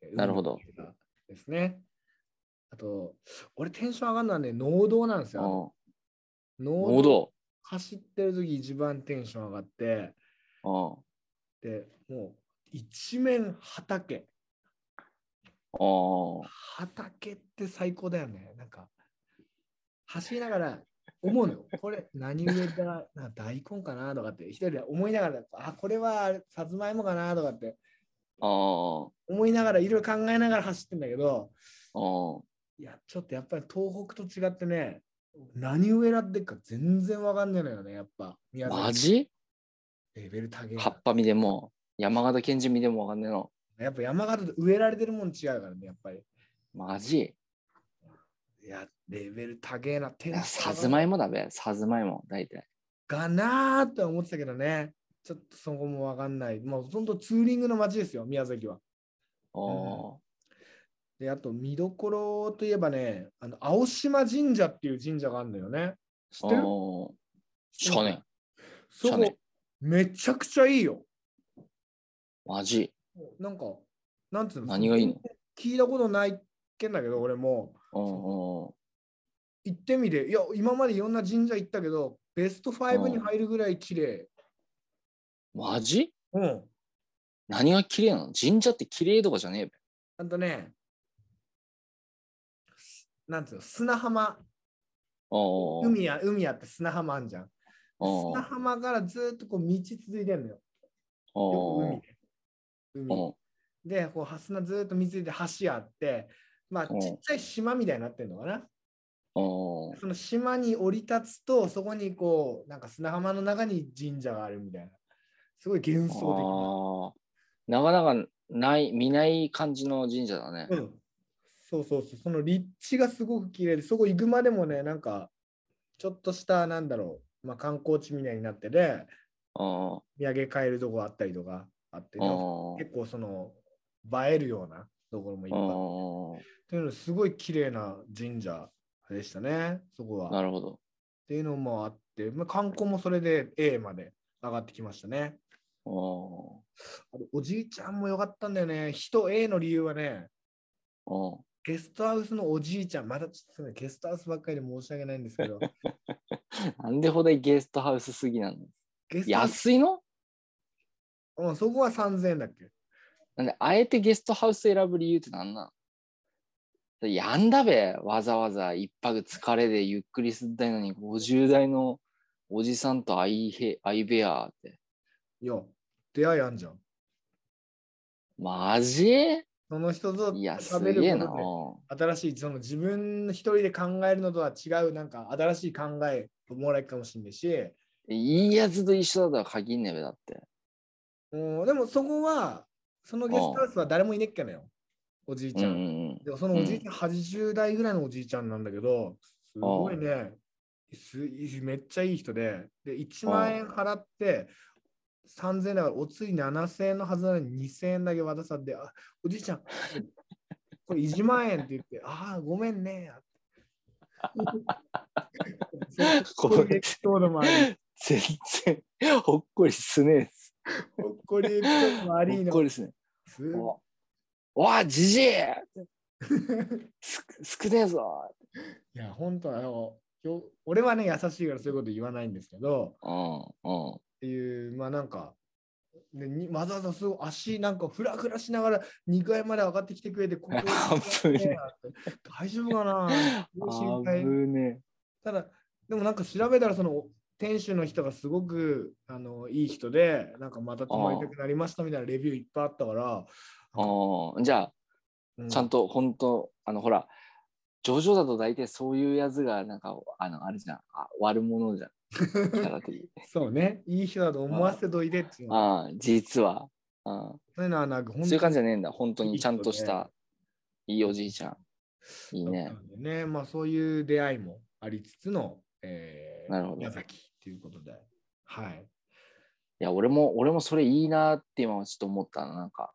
S1: え
S2: なるほど。
S1: 海の綺麗さですね。あと、俺テンション上がるのはね、農道なんです
S2: あー
S1: よ。
S2: あ
S1: 農
S2: ー。
S1: 道
S2: 道。
S1: 走ってる時一番テンション上がって、
S2: あー
S1: で、もう一面畑。
S2: あー。
S1: 畑って最高だよね。なんか、走りながら思 うのよ。これ何植えたらな大根かなとかって、一人で思いながら、あ、これはさつまいもかなとかって
S2: あー
S1: 思いながら、いろいろ考えながら走ってんだけど、
S2: あー。
S1: いや、ちょっとやっぱり東北と違ってね、何植えらってっか全然わかんないのよね、やっぱ。宮
S2: マ
S1: 崎
S2: ジ
S1: レベル高いな
S2: 葉っぱ見でも、山形県人見でもわかんねえの。
S1: やっぱ山形で植えられてるもん違うからね、やっぱり。
S2: マジ
S1: いや、レベル高えな、テ
S2: い
S1: ン
S2: や
S1: ション
S2: さ
S1: 上が
S2: つ
S1: る
S2: まいもだべ、さつまいも、大体。
S1: かなーとは思ってたけどね、ちょっとそこもわかんない。もうほんとツーリングの街ですよ、宮崎は。
S2: あー
S1: で、あと見どころといえばね、あの青島神社っていう神社があるんだよね。知
S2: あ
S1: ってる
S2: ー。しゃあね
S1: そ
S2: 知らね
S1: こ、めちゃくちゃいいよ。
S2: え。マジ。
S1: なんか、なんつうの
S2: 何がいいの
S1: 聞いたことないけんだけど、俺も。
S2: うんうん。
S1: 行ってみて、いや、今までいろんな神社行ったけど、ベスト5に入るぐらい綺麗。
S2: マジ
S1: うん。
S2: 何が綺麗なの神社って綺麗とかじゃねえべ。
S1: あとね、すなんつうの、砂浜、
S2: あー
S1: 海や、海やって砂浜あんじゃん。
S2: あ
S1: 砂
S2: ー。
S1: 浜からずーっとこう道続いてんのよ。
S2: あ
S1: よく海
S2: ー
S1: で。
S2: あ
S1: 海
S2: ー。
S1: で、こう、は砂ずーっと道続いて橋あって、まあ、
S2: うん
S1: ちっちゃい島みたいになってんのかな。
S2: あー
S1: その島に降り立つと、そこにこう、なんか砂浜の中に神社があるみたいな。すごい幻想
S2: ああ。なかなかない、見ない感じの神社だね。
S1: 的な。うん。そうそうそう。その立地がすごく綺麗で、そこ行くまでもね、なんか、ちょっとした、なんだろう、まあ、観光地みたいになってて、
S2: あ
S1: 土産買えるとこあったりとかあって、
S2: あ。あ
S1: なんか結構その映えるようなところもいっぱいあって。
S2: あ。
S1: というのですごい綺麗な神社でしたね、そこは。
S2: な
S1: っ
S2: るほど。
S1: ていうのもあって、まあ、観光もそれで A まで上がってきましたね。
S2: あ
S1: あ
S2: ー
S1: とおじいちゃんもよかったんだよね。人 A の理由はね、
S2: あー。
S1: ゲストハウスのおじいちゃん、まだちょっとねゲストハウスばっかりで申し訳ないんです けど、
S2: なんでほどゲストハウスすぎなの
S1: ゲストハウス、
S2: 安いの
S1: うん、そこは3000円だっけ
S2: なんで、あえてゲストハウス選ぶ理由ってなんなんやんだべ、わざわざ一泊疲れでゆっくりすったいのに、50代のおじさんと相へ相部屋って。
S1: いや、出会いあんじゃん。
S2: マジ
S1: その人と
S2: いや、す
S1: 食べる
S2: げえ
S1: こと
S2: な。
S1: で新しいその自分一人で考えるのとは違うなんか新しい考えをもらえるかもしれないし、
S2: いいやつと一緒だとは限んねえべ、だって。
S1: うん、でもそこはそのゲストハウスは誰もいねっけなよおじいちゃん、
S2: うんうんうん
S1: でもそのおじいちゃん、80代ぐらいのおじいちゃんなんだけどすごいねすめっちゃいい人でで1万円払って3000円だからお釣り7000円のはずなのに2000円だけ渡されてあおじいちゃんこれ1万円って言って ああごめん ね
S2: これ
S1: エピソードもあり、
S2: 全然ほっこりすねえっす。
S1: ほっこりエピソードもあ
S2: ほ
S1: り
S2: っ
S1: の
S2: こりすね
S1: す
S2: え。おおい、じ じいす少ねえぞ
S1: いや、本当あの、よ俺はね、優しいからそういうこと言わないんですけど、
S2: うんうん。
S1: っていう、まあなんか、でにわざわざすごい足なんかふらふらしながら2階まで上がってきてくれて、 ここ
S2: 危ね
S1: 大丈夫か な心
S2: あ
S1: 配
S2: ぶね
S1: ただ、でもなんか調べたら、その、店主の人がすごくあのいい人で、なんかまた泊まりたくなりましたみたいなレビューいっぱいあったから、
S2: え。ああ、じゃ
S1: う
S2: あ、ちゃんと本当、あの、ほら、ジョジョだと大体そういうやつが、なんか、あの、あれじゃん、あ悪者じゃん。 キャラ的に
S1: そうね、いい人だと思わせといてっていうのは、
S2: ああ、実は。あ
S1: そういうのはなんか
S2: あ
S1: 本
S2: そういう
S1: 当
S2: 感
S1: に
S2: じじゃねえんだ。本当にちゃんとし
S1: いい人
S2: た、いいおじいちゃん。いい
S1: だ
S2: ね
S1: っ。たんでね、まあそういう出会いもありつつの、えー
S2: なるほど
S1: 宮崎っていうことで。はい。
S2: いや、俺も、俺もそれいいなって今ちょっと思ったの。なんか、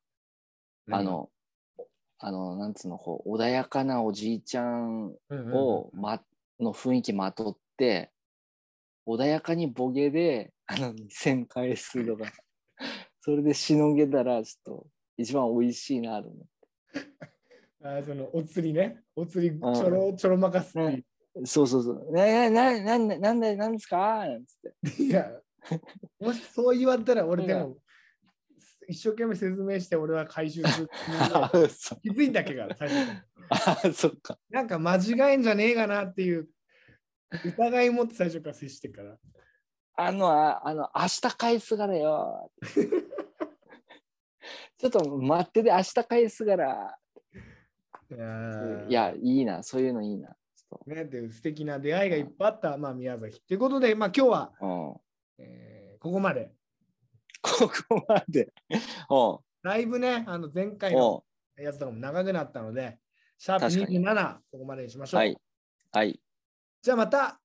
S2: あの、あの、なんつうの、こう、穏やかなおじいちゃんを、ま、の雰囲気まとって、穏やかにボケで、あの、2000回するのが、 それでしのげたら、ちょっと、一番美味しいなと思
S1: あーそのお釣りね。お釣りちょろちょろまかすっていう
S2: う。そうそうそう。な、な、な、なんだ、なんだ、なんですかなんつって。
S1: いや、もしそう言われたら俺でも一生懸命説明して俺は回収するつもりだ よ。
S2: あ、そ
S1: 気づいたけが最初から
S2: あそっか。
S1: なんか間違えんじゃねえかなっていう疑い持って最初から接してっから。
S2: あの、ああの、明日返すからよ。 ちょっと待ってで、明日返すから。いや、いいな、そういうのいいな。ちょっ
S1: ね、で素敵な出会いがいっぱいあった、まあ、宮崎。ということで、まあ、今日は、
S2: とうん、
S1: えーここまで。
S2: ここまで。うん
S1: だいぶね、あの前回
S2: う
S1: の
S2: ん
S1: やつとかも長くなったので、シャープ
S2: 確かに
S1: 27、ここまでにしましょう。
S2: はい。はい。
S1: じゃあまた